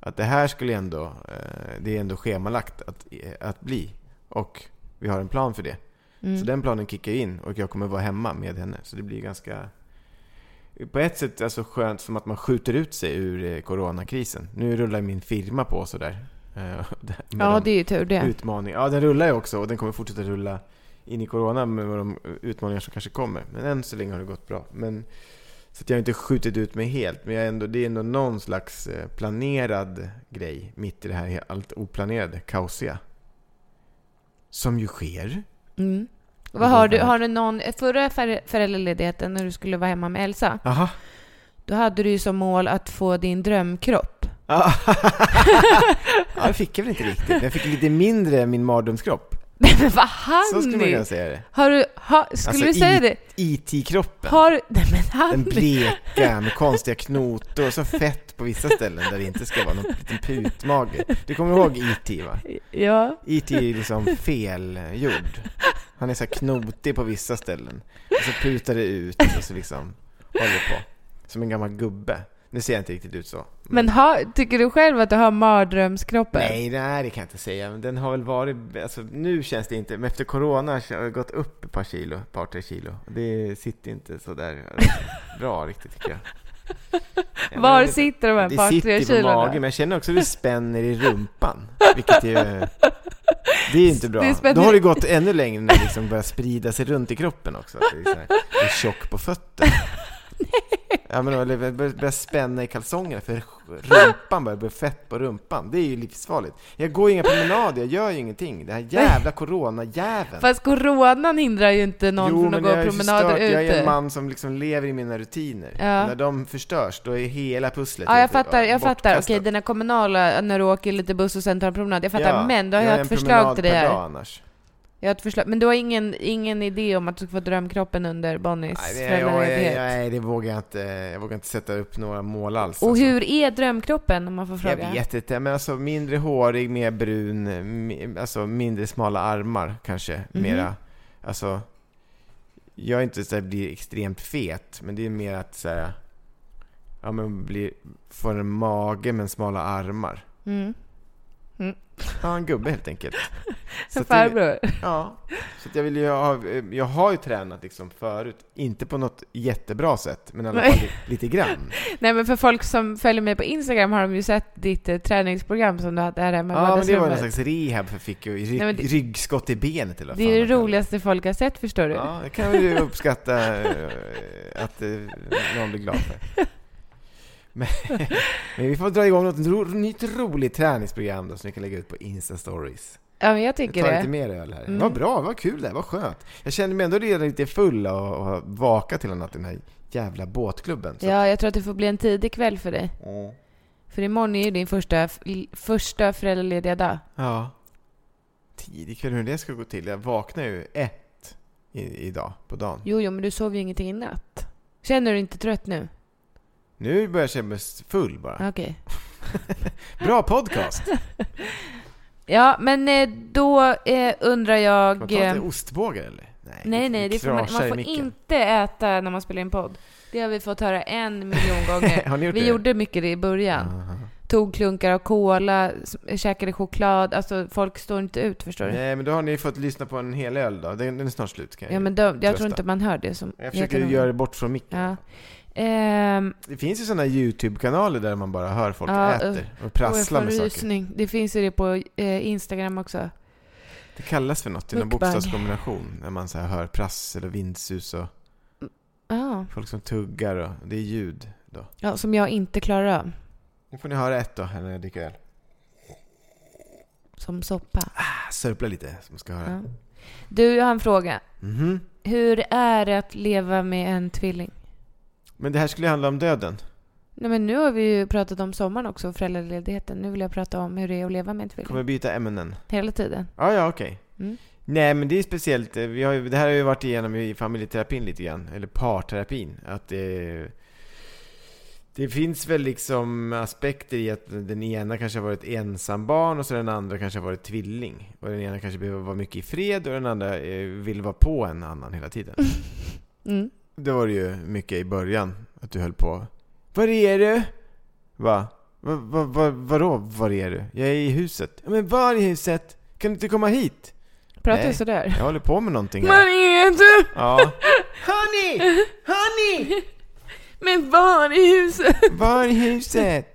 Att det här skulle ändå, eh, det är ändå schemalagt att, att bli. Och vi har en plan för det. Mm. Så den planen kickar in och jag kommer vara hemma med henne. Så det blir ganska på ett sätt alltså skönt som att man skjuter ut sig ur eh, coronakrisen. Nu rullar min firma på sådär. eh, med Ja, de det är ju tur det. utmaning. Ja, den rullar ju också och den kommer fortsätta rulla in i corona med de utmaningar som kanske kommer. Men än så länge har det gått bra. Men, så att jag har inte skjutit ut mig helt, men jag är ändå, det är ändå någon slags eh, planerad grej mitt i det här he- allt oplanerade, kaosiga. Som ju sker. Vad har du, har du någon, förra för- föräldraledigheten när du skulle vara hemma med Elsa, Aha. då hade du ju som mål att få din drömkropp. Ja, Ah. det fick jag väl inte riktigt. men Jag fick lite mindre än min mardrömskropp. Men vad Så skulle man Hanni! kunna säga det. Har du, ha, skulle Alltså, du säga i- det? IT-kroppen. Har du, nej men Den Hanni! bleka med konstiga knotor och så fett på vissa ställen där det inte ska vara någon liten putmage. Du kommer ihåg IT va? Ja. IT är ju liksom felgjord. Han är så här knotig på vissa ställen. Och så putar det ut och så liksom håller på. Som en gammal gubbe. Nu ser jag inte riktigt ut så. Men ha, tycker du själv att du har mardrömskroppen? Nej, nej, det kan jag inte säga. Men den har väl varit... Alltså, nu känns det inte... Men efter corona har jag gått upp ett par kilo, ett par tre kilo. Det sitter inte så där bra riktigt tycker jag. jag. Var vet inte. sitter de här Det par, sitter tre ju på kilorna? magen, men jag känner också hur det spänner i rumpan. Vilket ju... Det är inte bra. Det spänner- Då har det gått ännu längre när det liksom börjar sprida sig runt i kroppen också. Det är, så här, det är tjock på fötterna. Ja, men eller bör- bör- börjar spänna i kalsongerna för rumpan börjar bli fett på rumpan. Det är ju livsfarligt. Jag går ju inga promenader, jag gör ju ingenting. Den här jävla coronajäveln. Fast coronan hindrar ju inte någon Jo, från att men jag gå har ju promenader förstört. Jag är en ute. man som liksom lever i mina rutiner. Ja. När de förstörs, då är hela pusslet Ja, jag helt fattar. Jag fattar. bortkastat. Okej, dina kommunala, när du åker lite buss och sen tar en promenad. Jag fattar. Ja, men då har jag jag, är ett en promenad förslag till dig per här. dag annars. Jag har ett förslag. Men du har ingen, ingen idé om att du ska få drömkroppen under Bonnies Nej, det, jag, jag, föräldraledighet? nej, det vågar jag inte. Jag vågar inte sätta upp några mål alls. Och alltså. hur är drömkroppen om man får Jag fråga? vet inte, men alltså mindre hårig, mer brun, mi- alltså mindre smala armar kanske, Mhm. mera. Alltså, jag är inte så att jag blir extremt fet, men det är mer att så här, ja men blir, får en mage men smala armar. Mm. Mm. Ja, en gubbe helt enkelt. Så En att det- farbror? Ja, så att jag vill ju ha, jag har ju tränat liksom förut, inte på något jättebra sätt, men i alla Nej. fall li- lite grann. Nej men för folk som följer mig på Instagram har de ju sett ditt eh, träningsprogram som du hade här hemma i Ja, men det var någon vardagsrummet. slags rehab för fick ju Nej, men rygg, det- ryggskott i benet eller vad Det fan är det man kallar roligaste folk har sett förstår du. Ja, det kan vi ju uppskatta eh, att eh, någon blir glad för. Men, men vi får dra igång något ro, nytt roligt träningsprogram då, som vi kan lägga ut på Insta-stories. Ja, men jag Jag tycker tar det. Mm. lite mer öl här. Vad bra, vad kul det här, vad skönt. Jag känner mig ändå redan lite full och, och vaka till annat den här jävla båtklubben. Så. Ja, jag tror att det får bli en tidig kväll för dig. Mm. För imorgon är ju din första, f- l- första föräldralediga dag. ja. Tidig kväll, hur det ska gå till. Jag vaknar ju ett i, idag på dagen. Jo, jo, men du sov ju ingenting i natt. Känner du inte trött nu? Nu börjar jag känna mig full bara. Okej. Bra podcast! Ja, men eh, då eh, undrar jag... Man tar eh, inte ostbågar eller? Nej, nej, det får man, krasar man i får micken. inte äta när man spelar in podd. Det har vi fått höra en miljon gånger. Har ni gjort vi det? gjorde mycket det i början. Tog klunkar av cola, s- käkade choklad. Alltså, folk står inte ut, förstår du? Nej, men då har ni fått lyssna på en hel öl då. Den, den är snart slut kan jag Ja, ju men de, jag trösta. tror inte man hör det. Som Jag försöker jättemånga. göra det bort från micken. Ja. Ehm, Det finns ju sådana YouTube-kanaler där man bara hör folk Ja, äter och och jag prasslar får med saker. rysning. Det finns ju det på eh, Instagram också. Det kallas för något, i någon Mukbang. bokstavskombination. När man så här hör prassel och vindsus och Ja, folk som tuggar och det är ljud då. ja, som jag inte klarar av. Nu får ni höra ett då, här när jag dricker öl. Som soppa. Ah, Sörpla lite, så man ska höra. Ja. Du, jag har en fråga. Mhm. Hur är det att leva med en tvilling? Men det här skulle ju handla om döden. Nej, men nu har vi ju pratat om sommaren också och föräldraledigheten. Nu vill jag prata om hur det är att leva med en tvilling. Kommer byta ämnen. Hela tiden. Ah, ja, okej. Mm. Nej, men det är speciellt. Eh, Vi har, ju- det här har vi varit igenom i familjeterapin lite grann, eller parterapin. Att det, det finns väl liksom aspekter i att den ena kanske har varit ensambarn och så den andra kanske har varit tvilling. Och den ena kanske behöver vara mycket i fred och den andra eh, vill vara på en annan hela tiden. Mm. Det var det ju mycket i början, att du höll på. Var är du? Va? Va, va, va vadå, var är du? Jag är i huset. "Ja, Men var i huset? Kan du inte komma hit? Pratar Nej. du sådär? Jag håller på med någonting Man här. är inte... Ja. Honey! Honey! Men var i huset? Var i huset?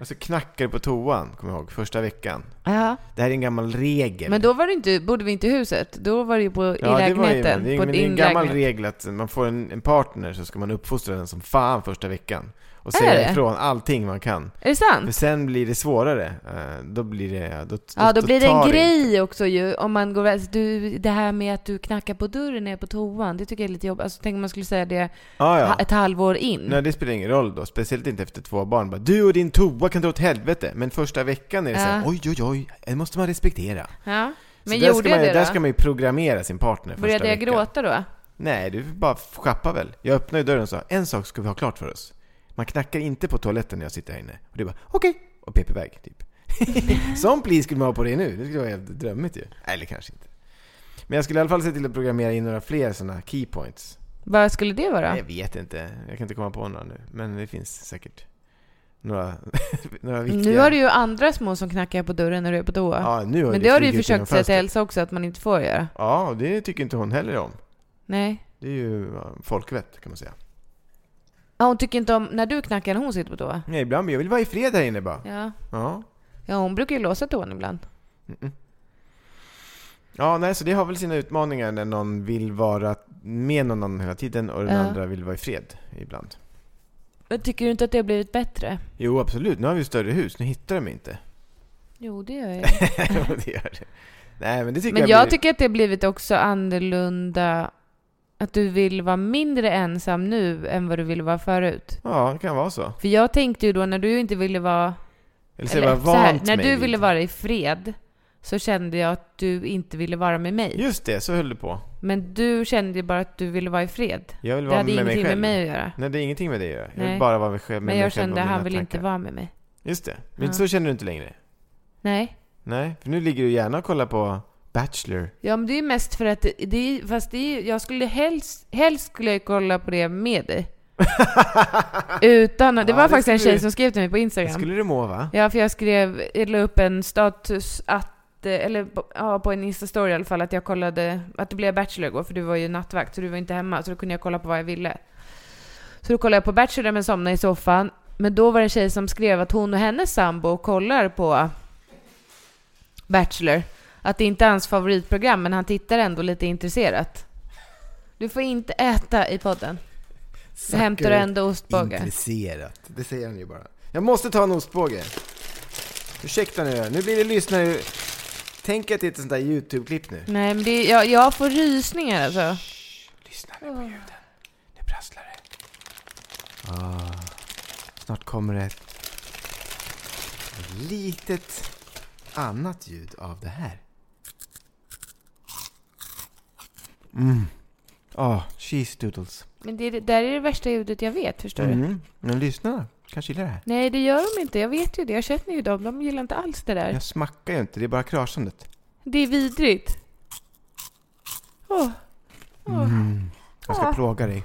Och så knackar det på toan, kommer jag ihåg, första veckan. Ja, Det här är en gammal regel. men då var det inte, bodde vi inte i huset. Då var det ju på, i det var ju- lägenheten. Det är, på men det är en din gammal lägenhet. regel att man får en, en partner så ska man uppfostra den som fan första veckan. Och Är säga det? ifrån allting man kan. Är det För sant? sen blir det svårare. Eh, Då blir det... Då, Ja, då blir det tar en grej också ju. Om man går, alltså, du, det här med att du knackar på dörren när jag är på toan, det tycker jag är lite jobbigt. Alltså, tänk om man skulle säga det Ja, ja. ha- ett halvår in. Nej, det spelar ingen roll då. Speciellt inte efter två barn. Bara, du och din toa kan dra åt helvete. Men första veckan är det så här, Ja. oj, oj, oj. Det måste man respektera. Ja. Men så där ska gjorde man, jag ju- det Där då? ska man ju programmera sin partner första Började jag veckan. gråta då? Nej, du bara schappar väl. Jag öppnade ju dörren och sa, en sak ska vi ha klart för oss. Man knackar inte på toaletten när jag sitter här inne. Och du bara, okej. Och pep iväg, typ. Sån pli skulle man ha på dig nu. Det skulle vara helt drömmigt ju. Eller kanske inte. Men jag skulle i alla fall se till att programmera in några fler sådana key points. Vad skulle det vara? Jag vet inte. Jag kan inte komma på några nu. Men det finns säkert några, några viktiga. Nu har du ju andra små som knackar på dörren när du är på toa. Ja, nu har Men det har du ju flugit genom försökt säga till fönstret. Elsa också att man inte får göra. Ja, och det tycker inte hon heller om. Nej. Det är ju ja, folkvett kan man säga. Ja, hon tycker inte om när du knackar när hon sitter på toa. Nej, ibland jag vill vara i fred här inne bara. Ja. Ja. ja, hon brukar ju låsa toan ibland. Ja, nej, så det har väl sina utmaningar när någon vill vara med någon annan hela tiden och den Ja. andra vill vara i fred ibland. Men tycker du inte att det har blivit bättre? Jo, absolut. Nu har vi ju större hus. Nu hittar de inte. Jo, det gör jag. Och det gör det. Nej, men det tycker Men jag, jag blir- tycker att det har blivit också annorlunda. Att du vill vara mindre ensam nu än vad du ville vara förut. Ja, det kan vara så. För jag tänkte ju då när du inte ville vara Eller så är Eller, jag så bara här, vant när mig du vid ville det. vara i fred så kände jag att du inte ville vara med mig. Just det, så höll du på. Men du kände ju bara att du ville vara i fred. Jag vill det vara hade med mig ingenting själv. med mig att göra. Nej, det är ingenting med det att göra. Jag vill Nej. bara vara med själv, med Men mig jag själv och kände att mina han ville inte tankar. vara med mig. Just det. Men Ja. så känner du inte längre? Nej. Nej, för nu ligger du gärna och kollar på Bachelor. Ja, men det är ju mest för att det, det är, fast det är, jag skulle helst, helst skulle jag kolla på det med dig. Utan, det Ja, var det faktiskt en skulle- tjej som skrev till mig på Instagram. Det skulle du må va? Ja, för jag skrev, jag la upp en status att, eh, eller på- ja, på en instastory i alla fall, att jag kollade, att det blev Bachelor igår, för du var ju nattvakt, så du var inte hemma, så då kunde jag kolla på vad jag ville. Så då kollade jag på Bachelor men somnade i soffan. Men då var det en tjej som skrev att hon och hennes sambo kollar på Bachelor. Att det inte är hans favoritprogram, men han tittar ändå lite intresserat. Du får inte äta i podden. Du hämtar ändå ostbågar. Intresserat. Det säger han ju bara. Jag måste ta en ostbåge. Ursäkta nu, nu blir det lyssnare... Tänk att det är ett sånt där YouTube-klipp nu. Nej, men det, jag, jag får rysningar alltså. Lyssna nu på ljuden. Nu prasslar det. Ah, snart kommer det ett litet annat ljud av det här. Ah, cheese doodles. Men det, är det där är det värsta ljudet jag vet, förstår du? Mm. Men lyssna, kanske gillar det här. Nej, det gör de inte. Jag vet ju det. Jag känner ju dem. De gillar inte alls det där. Jag smackar ju inte, det är bara krasandet. Det är vidrigt. Åh, Jag ska plåga dig.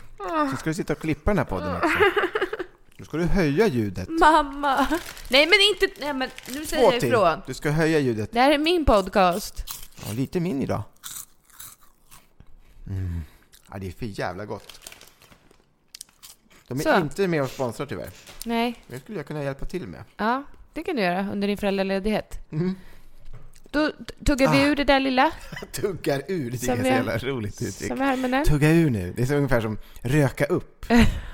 Så ska du sitta och klippa den här podden också. Då ska du höja ljudet. mamma! Nej, men inte... Nej, men nu säger Två jag till. ifrån. Du ska höja ljudet. Det här är min podcast. Ja, lite min idag. Mm. Ja, det är för jävla gott. De är Så. inte med och sponsrar tyvärr. Nej, Men det skulle jag kunna hjälpa till med. ja, det kan du göra under din föräldraledighet. Mm. Då t- tuggar Ah. vi ur det där lilla Tuggar ur, det tycker Som jag är så jag- jävla roligt uttryck. som är här med den. Tugga ur nu. Det är så ungefär som röka upp.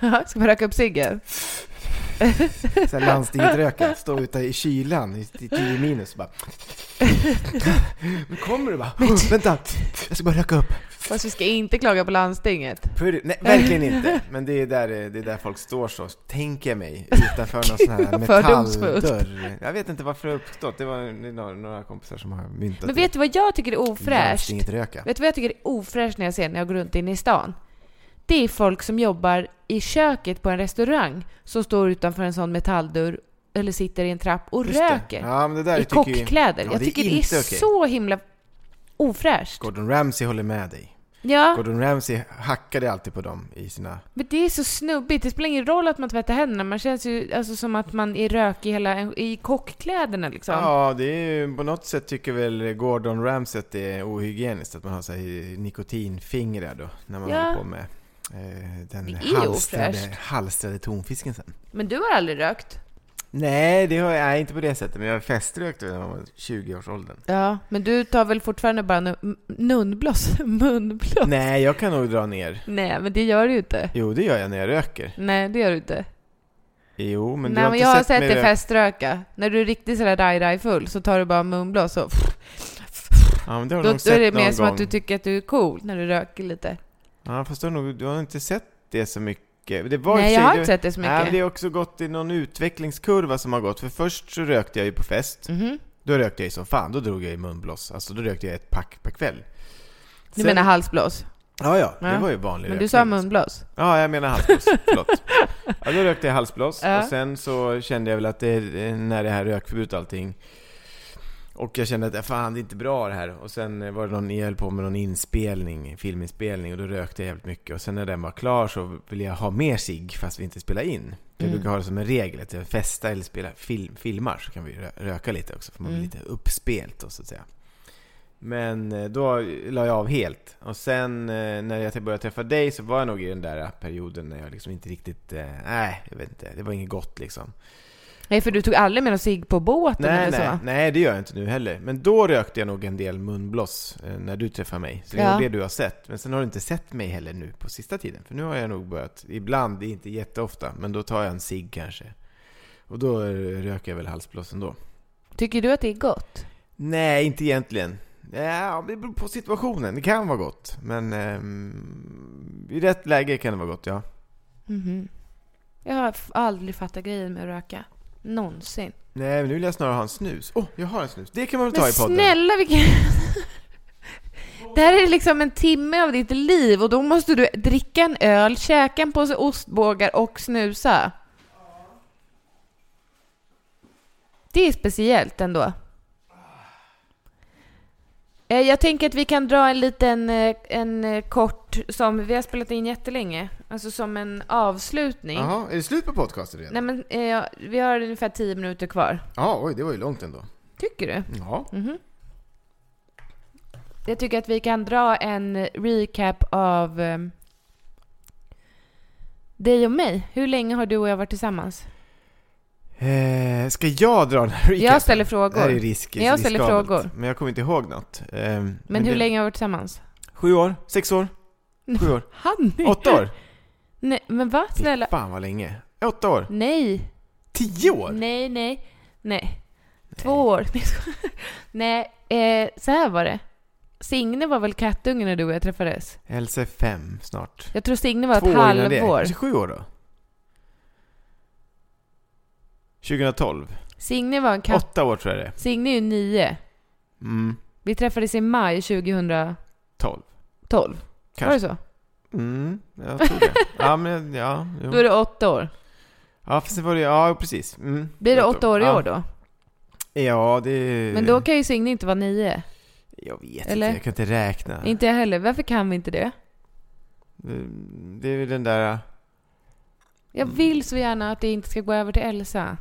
Ja, Ska man röka upp ciggen? Så här landstinget röka. Stå ute i kylan i i 10 minus och bara... Nu kommer du bara. "Oh, Vänta, jag ska bara röka upp. Fast vi ska inte klaga på landstinget. Pretty. Nej, verkligen inte. Men det är, där, eh, det är där folk står så, tänker jag mig, utanför någon sån här Gud, vad fördomsfullt. metalldörr. Jag vet inte varför det har uppstått. Det var det är några, några kompisar som har myntat Men vet du vad jag tycker är ofräscht? Inget röka. Vet du vad jag tycker är ofräscht när jag ser när jag går runt inne i stan? Det är folk som jobbar i köket på en restaurang som står utanför en sån metalldörr eller sitter i en trapp och Just det. röker. Ja, men det där I tycker ju- kockkläder. Ja, jag det är tycker det är inte okej. så himla ofräscht. Gordon Ramsay håller med dig. Ja, Gordon Ramsay hackade alltid på dem i sina... men det är så snubbigt. Det spelar ingen roll att man tvättar händerna. Man känns ju alltså, som att man är rökig hela, i kockkläderna liksom. Ja, det är ju, på något sätt tycker väl Gordon Ramsay att det är ohygieniskt att man har så här nikotinfingrar då, när man Ja. håller på med eh, Det den är ju halstrade, ofräscht. halstrade tonfisken sen. Men du har aldrig rökt? Nej, det har jag nej, inte på det sättet. Men jag feströkte när jag var 20-årsåldern. Ja, men du tar väl fortfarande bara nu- nunnbloss? Munbloss? Nej, jag kan nog dra ner. Nej, men det gör du ju inte. Jo, det gör jag när jag röker. Nej, det gör du inte. Jo, men du Nej, har men inte jag har sett sett mig dig röka. feströka. När du är riktigt sådär raj-raj full så tar du bara munblås och Ja, men det har då, du då nog sett är det mer någon som gång. att du tycker att du är cool när du röker lite. Ja, fast du har, nog, du har inte sett det så mycket. Det var i och Nej, för jag sig- har inte sett det så Nej, mycket. men det har också gått i någon utvecklingskurva som har gått. För först så rökte jag ju på fest. Mhm. Då rökte jag ju som fan. Då drog jag i munblås. Alltså, då rökte jag ett pack per kväll. Du Sen- menar halsblås? Ja, ja. Det Ja. var ju vanlig Men du sa rökning. alltså. munblås? Ja, jag menar halsblås. Förlåt. Ja, då rökte jag halsblås Ja. och sen så kände jag väl att det, när det här rökförbudet och allting och jag kände att fan det är inte bra det här. Och sen var det någon, jag höll på med någon inspelning, filminspelning och då rökte jag jävligt mycket. Och sen när den var klar så ville jag ha mer cigg fast vi inte spelar in. Jag brukar ha det som en regel att jag festar eller spelar film, filmar så kan vi rö- röka lite också för man blir lite uppspelt och så att säga. Men eh, då la jag av helt. Och sen eh, när jag började träffa dig så var jag nog i den där eh, perioden när jag liksom inte riktigt... eh, Nej, jag vet inte. Det var inget gott liksom. Nej, för du tog aldrig med någon cigg på båten Nej, eller nej, så? nej, det gör jag inte nu heller. Men då rökte jag nog en del munblås eh, när du träffade mig. Så det är Ja. nog det du har sett. Men sen har du inte sett mig heller nu på sista tiden. För nu har jag nog börjat, ibland, det är inte jätteofta, men då tar jag en cigg kanske. Och då eh, röker jag väl halsblås ändå. Tycker du att det är gott? Nej, inte egentligen. Ja, det beror på situationen. Det kan vara gott. Men ehm, i rätt läge kan det vara gott, ja. Mhm. Jag har f- aldrig fattat grejen med att röka. Någonsin. Nej, men nu vill jag snarare ha en snus. Åh, oh, jag har en snus. Det kan man väl ta Men i podden? snälla vilken... Det här är liksom en timme av ditt liv och då måste du dricka en öl, käka en påse ostbågar och snusa. Det är speciellt ändå. Eh, Jag tänker att vi kan dra en liten eh, en eh, kort som vi har spelat in jättelänge. Alltså som en avslutning. Jaha, är det slut på podcasten redan? Nej men eh, vi har ungefär tio minuter kvar. Ja, oj, det var ju långt ändå. Tycker du? Ja. Mhm. Jag tycker att vi kan dra en recap av eh, dig och mig. Hur länge har du och jag varit tillsammans? Eh, ska jag dra den här recapen? Jag ställer frågor. Det här är risk, Jag ställer riskabelt. frågor. Men jag kommer inte ihåg något. Ehm, men Men hur det- länge har vi varit tillsammans? Sju år? Sex år? Sju år? Hanni! Åtta år? Nej, men va? Snälla? Fan vad länge. Åtta år? Nej, Tio år? nej, nej, nej. Två år. nej, eh, så här var det. Signe var väl kattunge när du och jag träffades? Else fem snart. Jag tror Signe var Två ett år innan det. halvår. Kanske sju år då? 2012. Signe var en katt... Åtta år tror jag det är. Signe är ju nio. Mm, Vi träffades i maj 2012. tolv. Var Kanske. det så? Mm, jag tror det. ja, men ja. Jo. Då är det åtta år. Ja, fast det var det, ja precis. Mm, Blir det Rätt åtta år i ja. år då? Ja, det... Men då kan ju Signe inte vara nio. Jag vet Eller? inte, jag kan inte räkna. Inte jag heller. Varför kan vi inte det? Mm, Det är ju den där... Jag Mm. vill så gärna att det inte ska gå över till Elsa.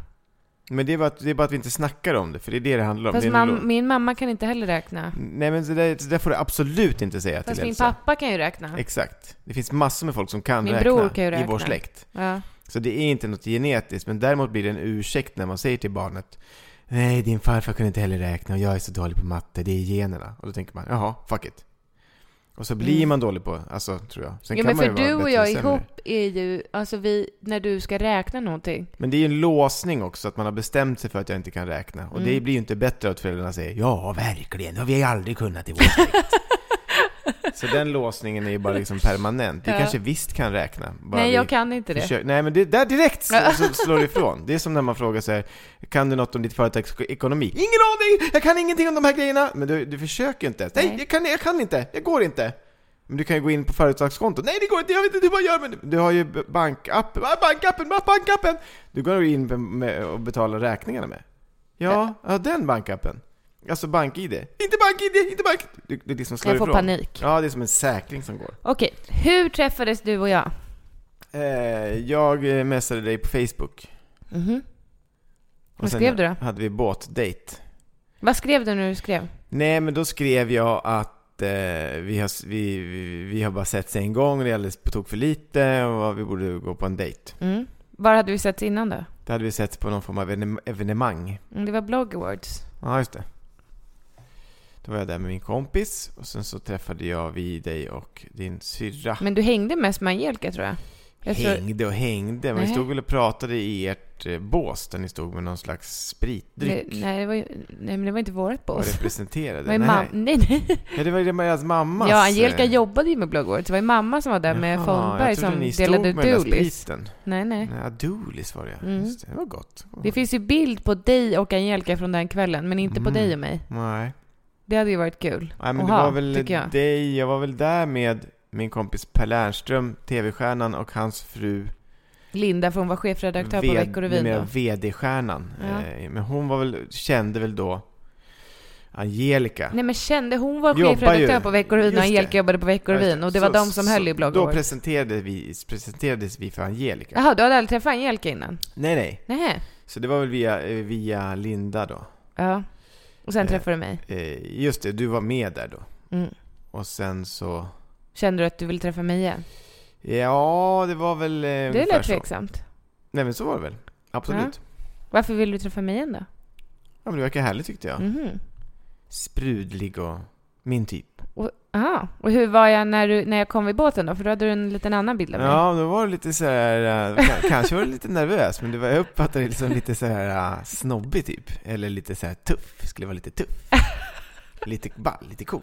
Men det är, bara att, det är bara att vi inte snackar om det, för det är det det handlar om. Fast det är en mam- låt. min mamma kan inte heller räkna. Nej men det där, det där får du absolut inte säga Fast till min Elsa. pappa kan ju räkna. Exakt. Det finns massor med folk som kan, Min räkna, bror kan ju i vår räkna. släkt. Ja. Så det är inte något genetiskt, men däremot blir det en ursäkt när man säger till barnet Nej, din farfar kunde inte heller räkna och jag är så dålig på matte, det är generna. Och då tänker man, jaha, fuck it. Och så blir man dålig på, alltså tror jag. Sen Mm. Ja, men kan man för ju vara du och bättre jag eller sämre. ihop är ju, alltså vi, när du ska räkna någonting. Men det är ju en låsning också, att man har bestämt sig för att jag inte kan räkna. Och Mm. det blir ju inte bättre att föräldrarna säger ja, verkligen, det har vi aldrig kunnat i vår släkt. Så den låsningen är ju bara liksom permanent. Du Ja. kanske visst kan räkna. Bara Nej, vi jag kan inte det. försöker- Nej, men det där direkt så, så slår det ifrån. Det är som när man frågar så här, kan du något om ditt företags ekonomi? Ingen aning! Jag kan ingenting om de här grejerna! Men du, du försöker ju inte. Nej, Nej. Jag, kan, jag kan inte, jag går inte. Men du kan ju gå in på företagskontot. Nej det går inte, jag vet inte hur man gör men du- du har ju bankappen, ah, bankappen, ah, bankappen! Du går ju in med- med och betalar räkningarna med. Ja, ja den bankappen. Alltså bank-id. Inte bank-id, inte bank... Du, du liksom slår Jag får ifrån. panik. Ja, det är som en säkring som går. Okej, hur träffades du och jag? Eh, jag eh, messade dig på Facebook. Mhm. Och Vad sen skrev du då? hade vi båtdate. Vad skrev du när du skrev? Nej, men då skrev jag att eh, vi, har, vi, vi, vi har bara sett sig en gång, det är alldeles på tok för lite och vi borde gå på en dejt. Mm. Var hade vi setts innan då? Det hade vi sett på någon form av evenem- evenemang. Mm, Det var blogg awards. Ja, just det. Då var jag där med min kompis och sen så träffade jag vi dig och din syrra. Men du hängde mest med Angelica tror jag. jag tror- Hängde och hängde, men ni Nej. stod väl och pratade i ert eh, bås där ni stod med någon slags spritdryck Nej, nej, det var ju, nej, men det var inte vårt och bås. representerade. Men mam- nej, nej. Ja, det var ju deras mammas... Ja, Angelica eh, jobbade ju med blogg awards. Det var ju mamma som var där med Jaha, Folkberg jag trodde som ni delade stod ut med den där Doolis. spriten. Nej, nej. Nej, ja, Doolis var det ja. Mm. Just det, det var gott. Det finns ju bild på dig och Angelica från den kvällen, men inte på Mm. dig och mig. Nej. Det hade ju varit kul Nej, men att det var ha, väl tycker jag. dig. Jag var väl där med min kompis Per Lernström, TV-stjärnan och hans fru Linda, för hon var chefredaktör på ved- Veckorevyn numera då. VD-stjärnan. Ja. Eh, Men hon var väl, kände väl då Angelica. Nej men kände, hon var Jobbar chefredaktör ju. på Veckorevyn Just och det. Angelica jobbade på Veckorevyn och det var Så- de som så- höll i blogg Då awards. presenterade vi, presenterades vi för Angelica. Jaha, du hade aldrig träffat Angelica innan? Nej, nej. Nej. Så det var väl via, eh, via Linda då. Ja. Och sen Eh. träffade du mig. Eh, Just det, du var med där då. Mm. Och sen så... Kände du att du ville träffa mig igen? Ja, det var väl eh, Det ungefär lät så. tveksamt. Nej men så var det väl. Absolut. Ja, Varför ville du träffa mig igen då? men det verkar härligt tyckte jag. Mhm. Sprudlig och min typ. Och, aha. och hur var jag när, du, när jag kom vid båten då? För då hade du en liten annan bild av mig. Ja, då var det lite så här, eh, ka- kanske var det lite nervös, men det var, jag uppfattade det som lite så här eh, snobbig typ. Eller lite så här tuff, skulle vara lite tuff. Lite ball, lite cool.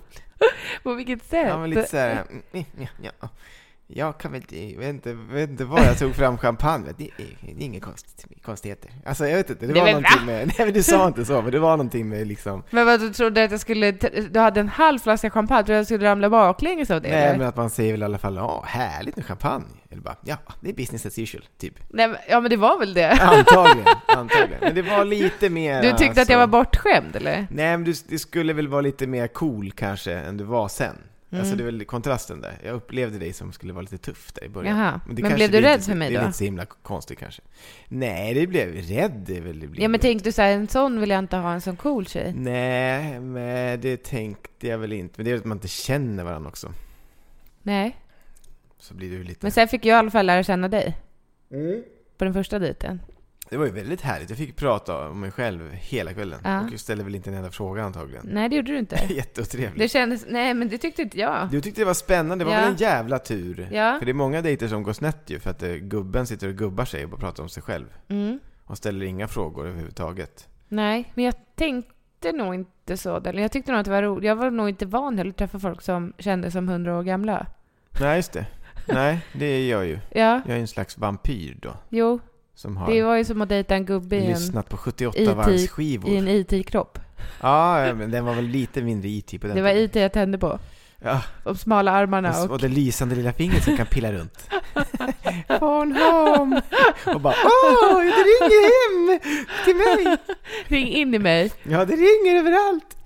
På vilket sätt? Ja, men lite så här, mm, mm, ja, ja. Jag kan väl, jag vet inte, vet inte var jag tog fram champagne, vet du. det är, det är inga konst, konstigheter. Alltså jag vet inte, det Nej, var men någonting med, nej men du sa inte så, men det var någonting med liksom, Men vad du trodde att jag skulle... t- Du hade en halv flaska champagne, trodde jag skulle ramla baklänges av det? nej eller? men att man säger väl i alla fall, åh härligt med champagne. Eller bara, ja, det är business as usual, typ. Nej, men- ja men det var väl det? Antagligen, antagligen. Men det var lite mer... Du tyckte att alltså- jag var bortskämd eller? Nej men du, det skulle väl vara lite mer cool kanske än du var sen. Mm. Alltså det är väl kontrasten där. Jag upplevde dig som skulle vara lite tuff där i början. Jaha. det Men kanske blev du det är rädd inte så- för mig Det är då? väl inte så himla konstigt kanske. Nej, det blev rädd det är väl det blev. Ja men tänkte du såhär, en sån vill jag inte ha, en sån cool tjej? Nej, men det tänkte jag väl inte. Men det är väl att man inte känner varandra också. Nej. Så blir det ju lite... Men sen fick jag i alla fall lära känna dig. Mm. På den första dejten. Det var ju väldigt härligt. Jag fick prata om mig själv hela kvällen. Ja. Och jag ställde väl inte en enda fråga antagligen. Nej det gjorde du inte. Jätteotrevligt. Det kändes, nej men det tyckte inte jag. Du tyckte det var spännande, det var Ja. väl en jävla tur? Ja. För det är många dejter som går snett ju för att eh, gubben sitter och gubbar sig och bara pratar om sig själv. Mm. Och ställer inga frågor överhuvudtaget. Nej, men jag tänkte nog inte så. Eller jag tyckte nog att det var roligt. Jag var nog inte van heller att träffa folk som kändes som hundra år gamla. Nej, just det. Nej, det är jag ju. Ja, Jag är en slags vampyr då. jo. Som har Det var ju som att dejta en gubbe i en, lyssnat på 78 IT varvsskivor. i en IT-kropp. Ja, ja, men den var väl lite mindre IT på den Det var tiden. Alltså, IT jag tände på. Ja, De smala armarna och, och och det lysande lilla fingret som kan pilla runt. Farn home. Och bara Åh, det ringer hem till mig! Ring in i mig. Ja, det ringer överallt!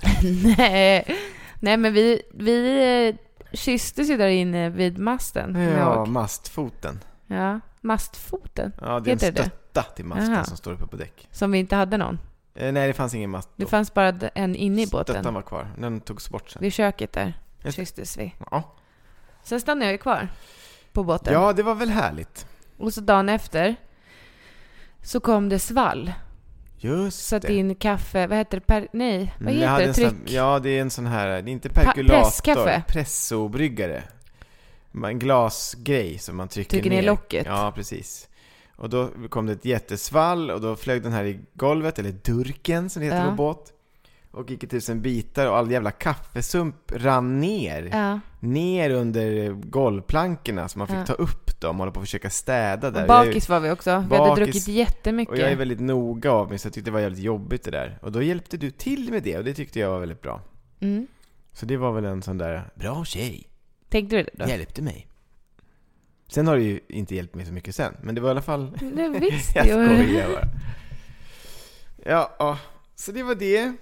Nej. Nej, men vi, vi eh, kysstes ju där inne vid masten. kommer jag Ja, ihåg. mastfoten. ja. Mastfoten. Ja, det är Heter en det det? stötta till masten Aha. som står uppe på däck. Som vi inte hade någon. Eh, nej, det fanns ingen mast Det då. fanns bara d- en inne i Stöttan båten. var kvar. Den togs bort sen. Vid köket där Just det. kysstes vi. Ja. Sen stannade jag ju kvar på båten. ja, det var väl härligt. Och så dagen efter så kom det svall. Just Satt det. in kaffe, vad heter det? Per, nej, vad Mm, jag hade heter det? en sån- Tryck? ja, det är en sån här, det är inte perkulator. presskaffe. Pressobryggare. Man- En glasgrej som man trycker, Trycker ner locket. Ja, precis. Och då kom det ett jättesvall och då flög den här i golvet, eller durken som det heter Ja. på båt. Och gick i tusen bitar och all jävla kaffesump rann ner. Ja. Ner under golvplankorna så man fick Ja. ta upp dem och hålla på och försöka städa där. Och Jag är- bakis var vi också. Vi hade Bakis. druckit och jag är jättemycket. väldigt noga av mig så jag tyckte det var jävligt jobbigt det där. Och då hjälpte du till med det och det tyckte jag var väldigt bra. Mm. Så det var väl en sån där, bra tjej, Tänkte du det då? hjälpte mig. Sen har det ju inte hjälpt mig så mycket sen, men det var i alla fall... Det visste jag jag. skojar bara. Ja, ja, så det var det.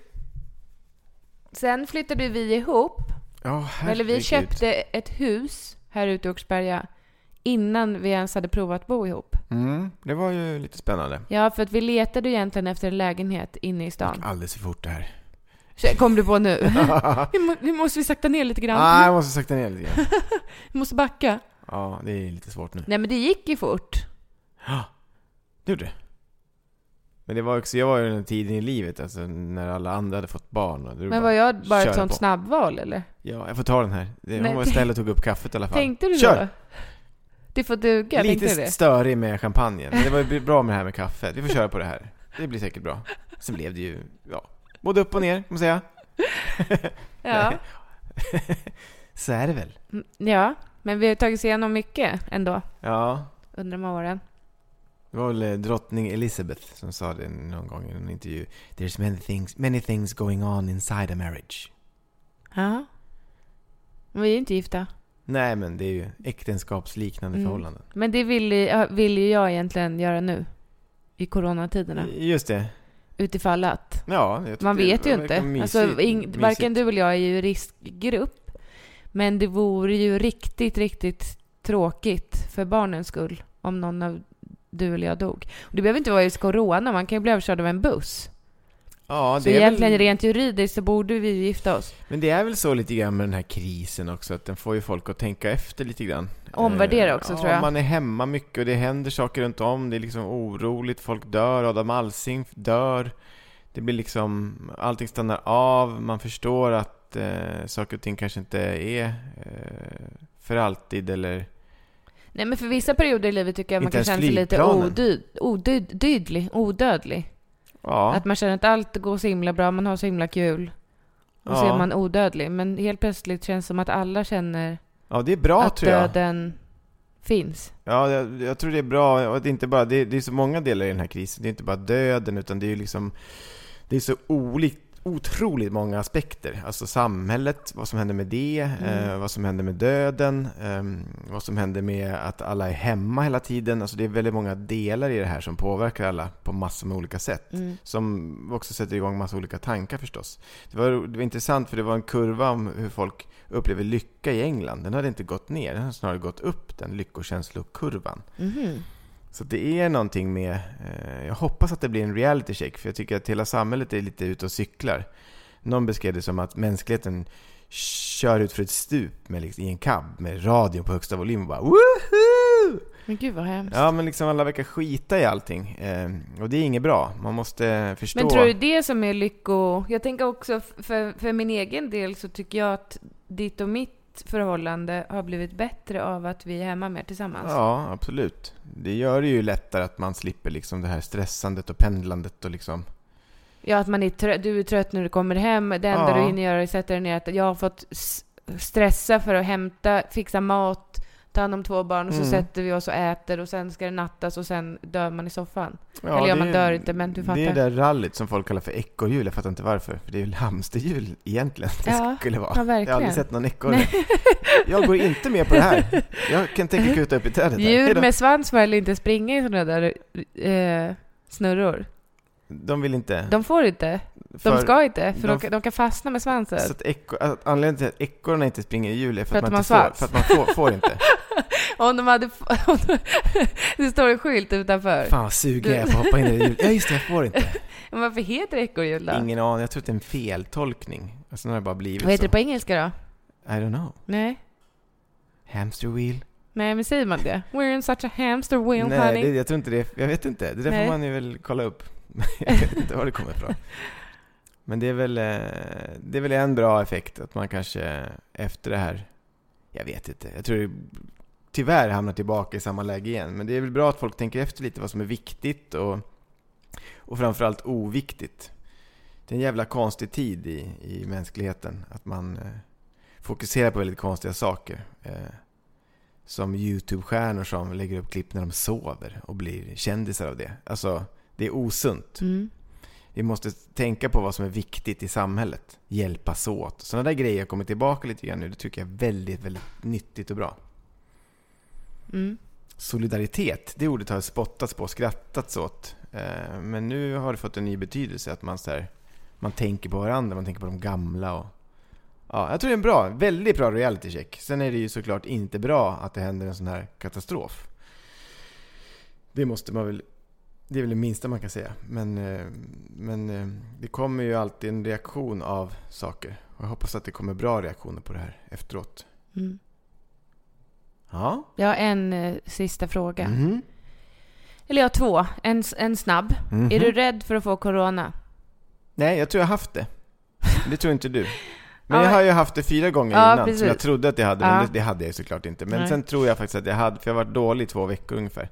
Sen flyttade vi ihop. Ja, Eller vi herregud. köpte ett hus här ute i Oxberga innan vi ens hade provat att bo ihop. Mm, det var ju lite spännande. Ja, för att vi letade ju egentligen efter en lägenhet inne i stan. Alldeles för fort det här. Så Kom du på nu? nu, må, nu måste vi sakta ner lite grann. Ah, jag måste sakta ner lite grann. Vi måste backa. Ja, det är lite svårt nu. Nej, men det gick ju fort. Ja, det gjorde det. Men det var också, jag var ju den tiden i livet, alltså när alla andra hade fått barn. Och det Men var jag bara köra ett sånt på. snabbval eller? Ja, jag får ta den här. Det- Hon Nej, var tänk- snäll och tog upp kaffet i alla fall. Tänkte du Kör! då? Det får duga, tänkte du Lite det? störig med champagnen, men det var ju bra med det här med kaffet. Vi får köra på det här. Det blir säkert bra. Sen blev det ju, ja, både upp och ner, kan man säga. Ja. Så är det väl. Mm, ja, men vi har tagit oss igenom mycket ändå Ja, under de här åren. det var väl eh, drottning Elizabeth som sa det någon gång i en intervju. There's many things, many things going on inside a marriage. Ja. Men vi är ju inte gifta. Nej, men det är ju äktenskapsliknande Mm. förhållanden. Men det vill, ju- ja, vill ju jag egentligen göra nu. I coronatiderna. Just det. Utifall att. Ja, jag tyckte Typ. Man vet det ju var- verkar inte. mysigt- Alltså, ing, mysigt. varken du eller jag är ju i riskgrupp. Men det vore ju riktigt, riktigt tråkigt för barnens skull om någon av du eller jag dog. Och det behöver inte vara just corona, man kan ju bli överkörd av en buss. Ja, så det är egentligen väl, rent juridiskt så borde vi ju gifta oss. Men det är väl så lite grann med den här krisen också, att den får ju folk att tänka efter lite grann. Omvärdera också, Eh, ja, tror jag. man är hemma mycket och det händer saker runt om. Det är liksom oroligt, folk dör, Adam Alsing dör. Det blir liksom, allting stannar av, man förstår att eh, saker och ting kanske inte är eh, för alltid eller... Nej men för vissa perioder i livet tycker jag man Inte kan känna ens sig lite flygplanen. odyd, odyd, dydlig, odödlig. Ja, Att man känner att allt går så himla bra, man har så himla kul. Och så Ja. är man odödlig. Men helt plötsligt känns det som att alla känner ja det är bra att tror jag. döden finns. Ja, jag, jag tror det är bra. Och det, är inte bara, det, det är så många delar i den här krisen. Det är inte bara döden, utan det är ju liksom... Det är så olikt, otroligt många aspekter. Alltså samhället, vad som händer med det, eh, vad som händer med döden, ehm, vad som händer med att alla är hemma hela tiden. Alltså det är väldigt många delar i det här som påverkar alla på massor med olika sätt. Som också sätter igång massa olika tankar förstås. Det var, det var intressant för det var en kurva om hur folk upplever lycka i England. Den hade inte gått ner, den hade snarare gått upp, den lyckokänslokurvan. Så det är någonting med, eh, jag hoppas att det blir en reality check för jag tycker att hela samhället är lite ute och cyklar. Någon beskrev det som att mänskligheten kör ut för ett stup med, liksom, i en cab med radion på högsta volym och bara Woohoo! Men gud vad hemskt. Ja men liksom alla verkar skita i allting eh, och det är inget bra. Man måste förstå. Men tror du det som är lycko... Jag tänker också, f- för, för min egen del så tycker jag att ditt och mitt förhållande har blivit bättre av att vi är hemma mer tillsammans. Ja, absolut. Det gör det ju lättare att man slipper liksom det här stressandet och pendlandet och liksom... Ja, att man är trött, du är trött när du kommer hem. Det enda Ja. du hinner göra är att sätta dig ner. Att jag har fått s- stressa för att hämta, fixa mat, ta hand om två barn och så Mm. sätter vi oss och äter och sen ska det nattas och sen dör man i soffan. Ja, Eller ja, det man är- dör inte, men du fattar. Det är det där rallyt som folk kallar för ekorrhjul, jag fattar inte varför. För det är ju hamsterhjul egentligen det Ja, skulle vara. ja, jag har aldrig verkligen. sett någon ekorre. Jag går inte med på det här. Jag kan tänka kuta upp i trädet. här. Hej Djur då. med svans vill inte springa i sådana där eh, snurror. De vill inte. De får inte. De för- ska inte, för de- de, kan- de kan fastna med svansen. Så att ekor, att anledningen till att ekorrarna inte springer i hjul är för, För att att man inte de har får. svans. För att man får, får inte. Om de hade... f- Om de, det står en skylt utanför. Fan vad sugen jag är på att hoppa in i hjul. Ja just det, jag får inte. Men varför heter det ekorrhjul då? Ingen aning, jag tror att det är en feltolkning. Och sen har det bara blivit Vad heter så. det på engelska då? I don't know. Nej. Hamster wheel? Nej, men säger man det? We're in such a hamster wheel, Nej, honey. det, jag tror inte det. Jag vet inte. Det där Nej. får man ju väl kolla upp. jag vet inte var det kommer ifrån. Men det är, väl, eh, det är väl en bra effekt att man kanske efter det här, jag vet inte, jag tror det tyvärr hamnar tillbaka i samma läge igen. Men det är väl bra att folk tänker efter lite vad som är viktigt och, och framförallt oviktigt. Det är en jävla konstig tid i, i mänskligheten att man eh, fokuserar på väldigt konstiga saker. Eh, som YouTube-stjärnor som lägger upp klipp när de sover och blir kändisar av det. Alltså, det är osunt. Mm. Vi måste tänka på vad som är viktigt i samhället. Hjälpas åt. Sådana där grejer har kommit tillbaka lite grann nu. Det tycker jag är väldigt, väldigt nyttigt och bra. Mm. Solidaritet, det ordet har spottats på och skrattats åt. Eh, Men nu har det fått en ny betydelse. Att man, så här, man tänker på varandra, man tänker på de gamla. Och, ja, jag tror det är en bra, väldigt bra reality check. Sen är det ju såklart inte bra att det händer en sån här katastrof. Det måste man väl... Det är väl det minsta man kan säga. Men, eh, men eh, det kommer ju alltid en reaktion av saker. Och jag hoppas att det kommer bra reaktioner på det här efteråt. Mm. Ja. Jag har en eh, sista fråga. Mhm. Eller jag har två. En, s- en snabb. Mhm. Är du rädd för att få corona? Nej, jag tror jag har haft det. Det tror inte du. Men Ja, jag men- har ju haft det fyra gånger Ja, innan, precis. som jag trodde att jag hade, men Ja. det, det hade jag ju såklart inte. Men Nej. sen tror jag faktiskt att jag hade, för jag har varit dålig i två veckor ungefär.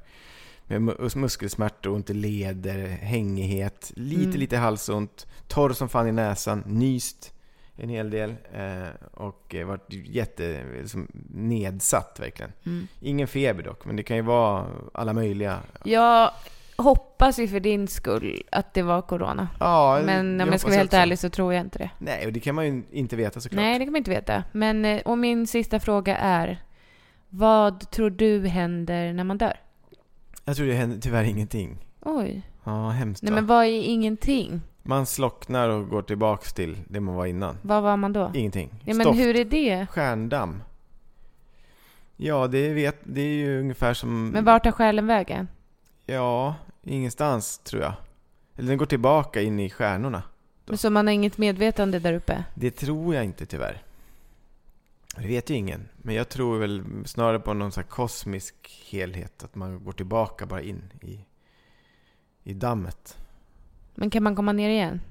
Med mu- muskelsmärtor, ont i leder, hängighet, lite, Mm. lite halsont, torr som fan i näsan, nyst en hel del eh, och eh, varit jätte, liksom, nedsatt verkligen. Mm. Ingen feber dock, men det kan ju vara alla möjliga. Jag hoppas ju för din skull att det var corona. Ja, Men jag om jag ska hoppas vara helt också. ärlig så tror jag inte det. Nej, och det kan man ju inte veta såklart. Nej, det kan man inte veta. Men, eh, och min sista fråga är. Vad tror du händer när man dör? Jag tror det händer tyvärr ingenting. Oj. Ja, hemskt Nej, va? men vad är ingenting? Man slocknar och går tillbaks till det man var innan. Vad var man då? Ingenting. Mm. Ja, men Stoft. Mm. hur är det? Stjärndamm. Ja, det, vet, det är ju ungefär som... Men vart tar själen vägen? Ja, ingenstans tror jag. Eller den går tillbaka in i stjärnorna. Då. Så man har inget medvetande där uppe? Det tror jag inte tyvärr. Det vet ju ingen. Men jag tror väl snarare på någon sån här kosmisk helhet. Att man går tillbaka bara in i, i dammet. Men kan man komma ner igen?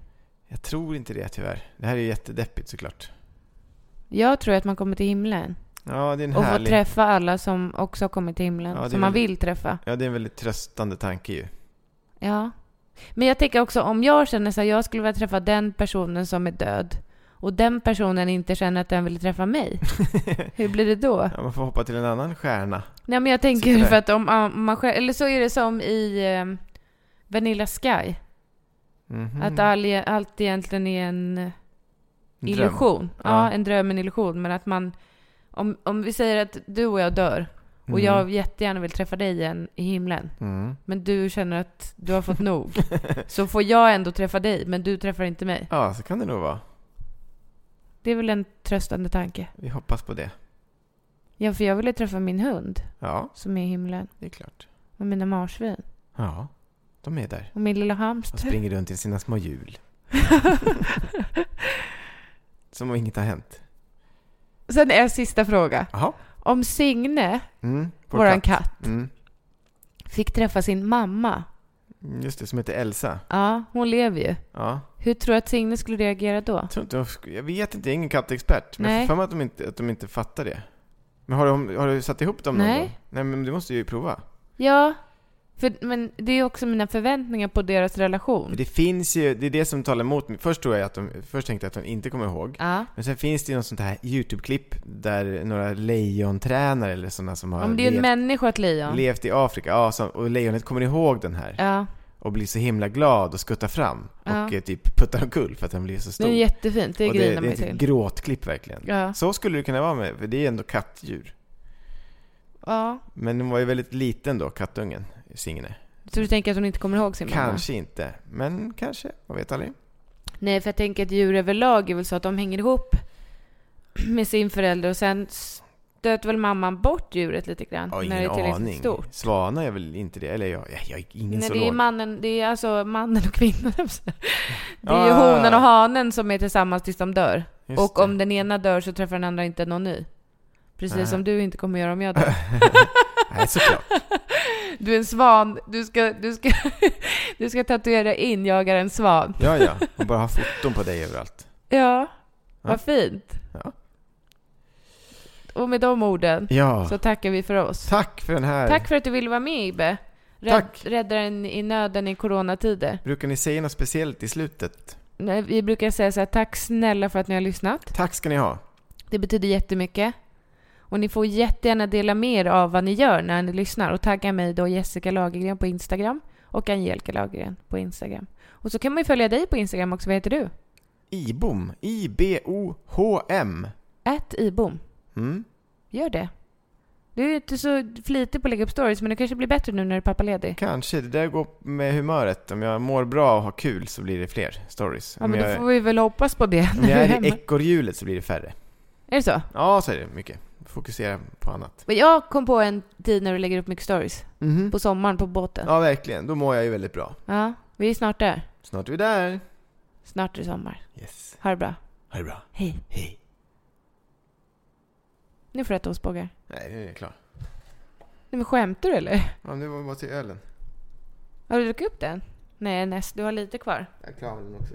Jag tror inte det tyvärr. Det här är ju jättedeppigt såklart. Jag tror att man kommer till himlen. Ja, det är en Och får härlig... träffa alla som också har kommit till himlen. Ja, det är som man väl- vill träffa. Ja, det är en väldigt tröstande tanke ju. Ja. Men jag tänker också om jag känner så här, jag skulle vilja träffa den personen som är död. Och den personen inte känner att den vill träffa mig. Hur blir det då? Ja, man får hoppa till en annan stjärna. Nej men jag tänker Sitter där. för att om, om man själv, eller så är det som i eh, Vanilla Sky. Mhm. Att all, e- allt egentligen är en En dröm. illusion. Ja. Ja. en dröm, en illusion. Men att man, om, om vi säger att du och jag dör och Mm. jag jättegärna vill träffa dig igen i himlen. Mm. Men du känner att du har fått nog. så får jag ändå träffa dig, men du träffar inte mig. Ja, så kan det nog vara. Det är väl en tröstande tanke. Vi hoppas på det. Ja, för jag ville träffa min hund Ja, som är i himlen. det är klart. Och mina marsvin. Ja, de är där. Och min lilla Och hamster. springer runt i sina små hjul. Som om inget har hänt. Sen är sista fråga. Jaha. Om Signe, Mm, vår våran katt, Mm. fick träffa sin mamma. Just det, som heter Elsa. Ja, hon lever ju. Ja. Hur tror du att Signe skulle reagera då? Jag, tror inte, de sk- jag vet inte, jag är ingen kattexpert. Men jag Nej. får för mig att de, inte, att de inte fattar det. Men har du, har du satt ihop dem någon Nej. gång? Nej. men du måste ju prova. Ja, För, men det är också mina förväntningar på deras relation. Men det finns ju, det är det som talar emot mig. Först tror jag att de, först tänkte jag att de inte kommer ihåg. Ja. Men sen finns det ju något sånt här YouTube-klipp där några lejontränare eller sådana som har Om det är en levt, människa, ett lejon. levt i Afrika, ja, som, och lejonet kommer ihåg den här. ja. Och blir så himla glad och skuttar fram. Ja. Och eh, typ puttar omkull för att den blir så Det stor. är jättefint, det och det, det grinar är mig ett till. gråtklipp verkligen. Ja. Så skulle det kunna vara med, för det är ju ändå kattdjur. Ja. Men den var ju väldigt liten då, kattungen, Signe. Så du tänker att hon inte kommer ihåg sin mamma? Kanske inte, men kanske. Man vet aldrig. Nej, för jag tänker att djur överlag är väl så att de hänger ihop med sin förälder och sen stöter väl mamman bort djuret lite grann Jag har när ingen det är tillräckligt aning. stort. Svanar är väl inte det? Eller jag, jag, jag är ingen Nej, det är zoolog. mannen, det är alltså mannen och kvinnan. Det är ju Ah. honan och hanen som är tillsammans tills de dör. Just och det. Äh. om den ena dör så träffar den andra inte någon ny. Precis Nej. som du inte kommer göra om jag dör. Nej, såklart. Du är en svan, du ska, du ska, du ska tatuera in jag är en svan. Ja, ja. Och bara ha foton på dig överallt. Ja, Ja. vad fint. Ja. Och med de orden Ja. så tackar vi för oss. Tack för den här. Tack för att du ville vara med Ibe. Rädd, Tack. räddaren i nöden i coronatider. Brukar ni säga något speciellt i slutet? Nej, Vi brukar säga så här, tack snälla för att ni har lyssnat. Tack ska ni ha. Det betyder jättemycket. Och ni får jättegärna dela med er av vad ni gör när ni lyssnar och tagga mig då Jessica Lagergren på Instagram och Angelica Lagergren på Instagram. Och så kan man ju följa dig på Instagram också. Vad heter du? Ibom. I-B-O-H-M. Ät Ibom. Mm. Gör det. Du är ju inte så flitig på att lägga upp stories, men det kanske blir bättre nu när du är pappaledig. Kanske. Det där går med humöret. Om jag mår bra och har kul så blir det fler stories. Ja, om, men jag, då får vi väl hoppas på det. om När jag du är är i hemma. ekorrhjulet så blir det färre. Är det så? Ja, så är det mycket. Fokusera på annat. Men jag kom på en tid när du lägger upp mycket stories. Mhm. På sommaren, på båten. Ja, verkligen. Då mår jag ju väldigt bra. Ja, vi är snart där. Snart är vi där. Snart är det sommar. Yes. Ha det bra. Ha det bra. Hej. Hej. Nu får du äta ostbågar. Nej, nu är jag klar. Nej men skämtar du eller? Ja, nu var vi bara till ölen. Har du druckit upp den? Nej, näst. Du har lite kvar. Jag klarar den också.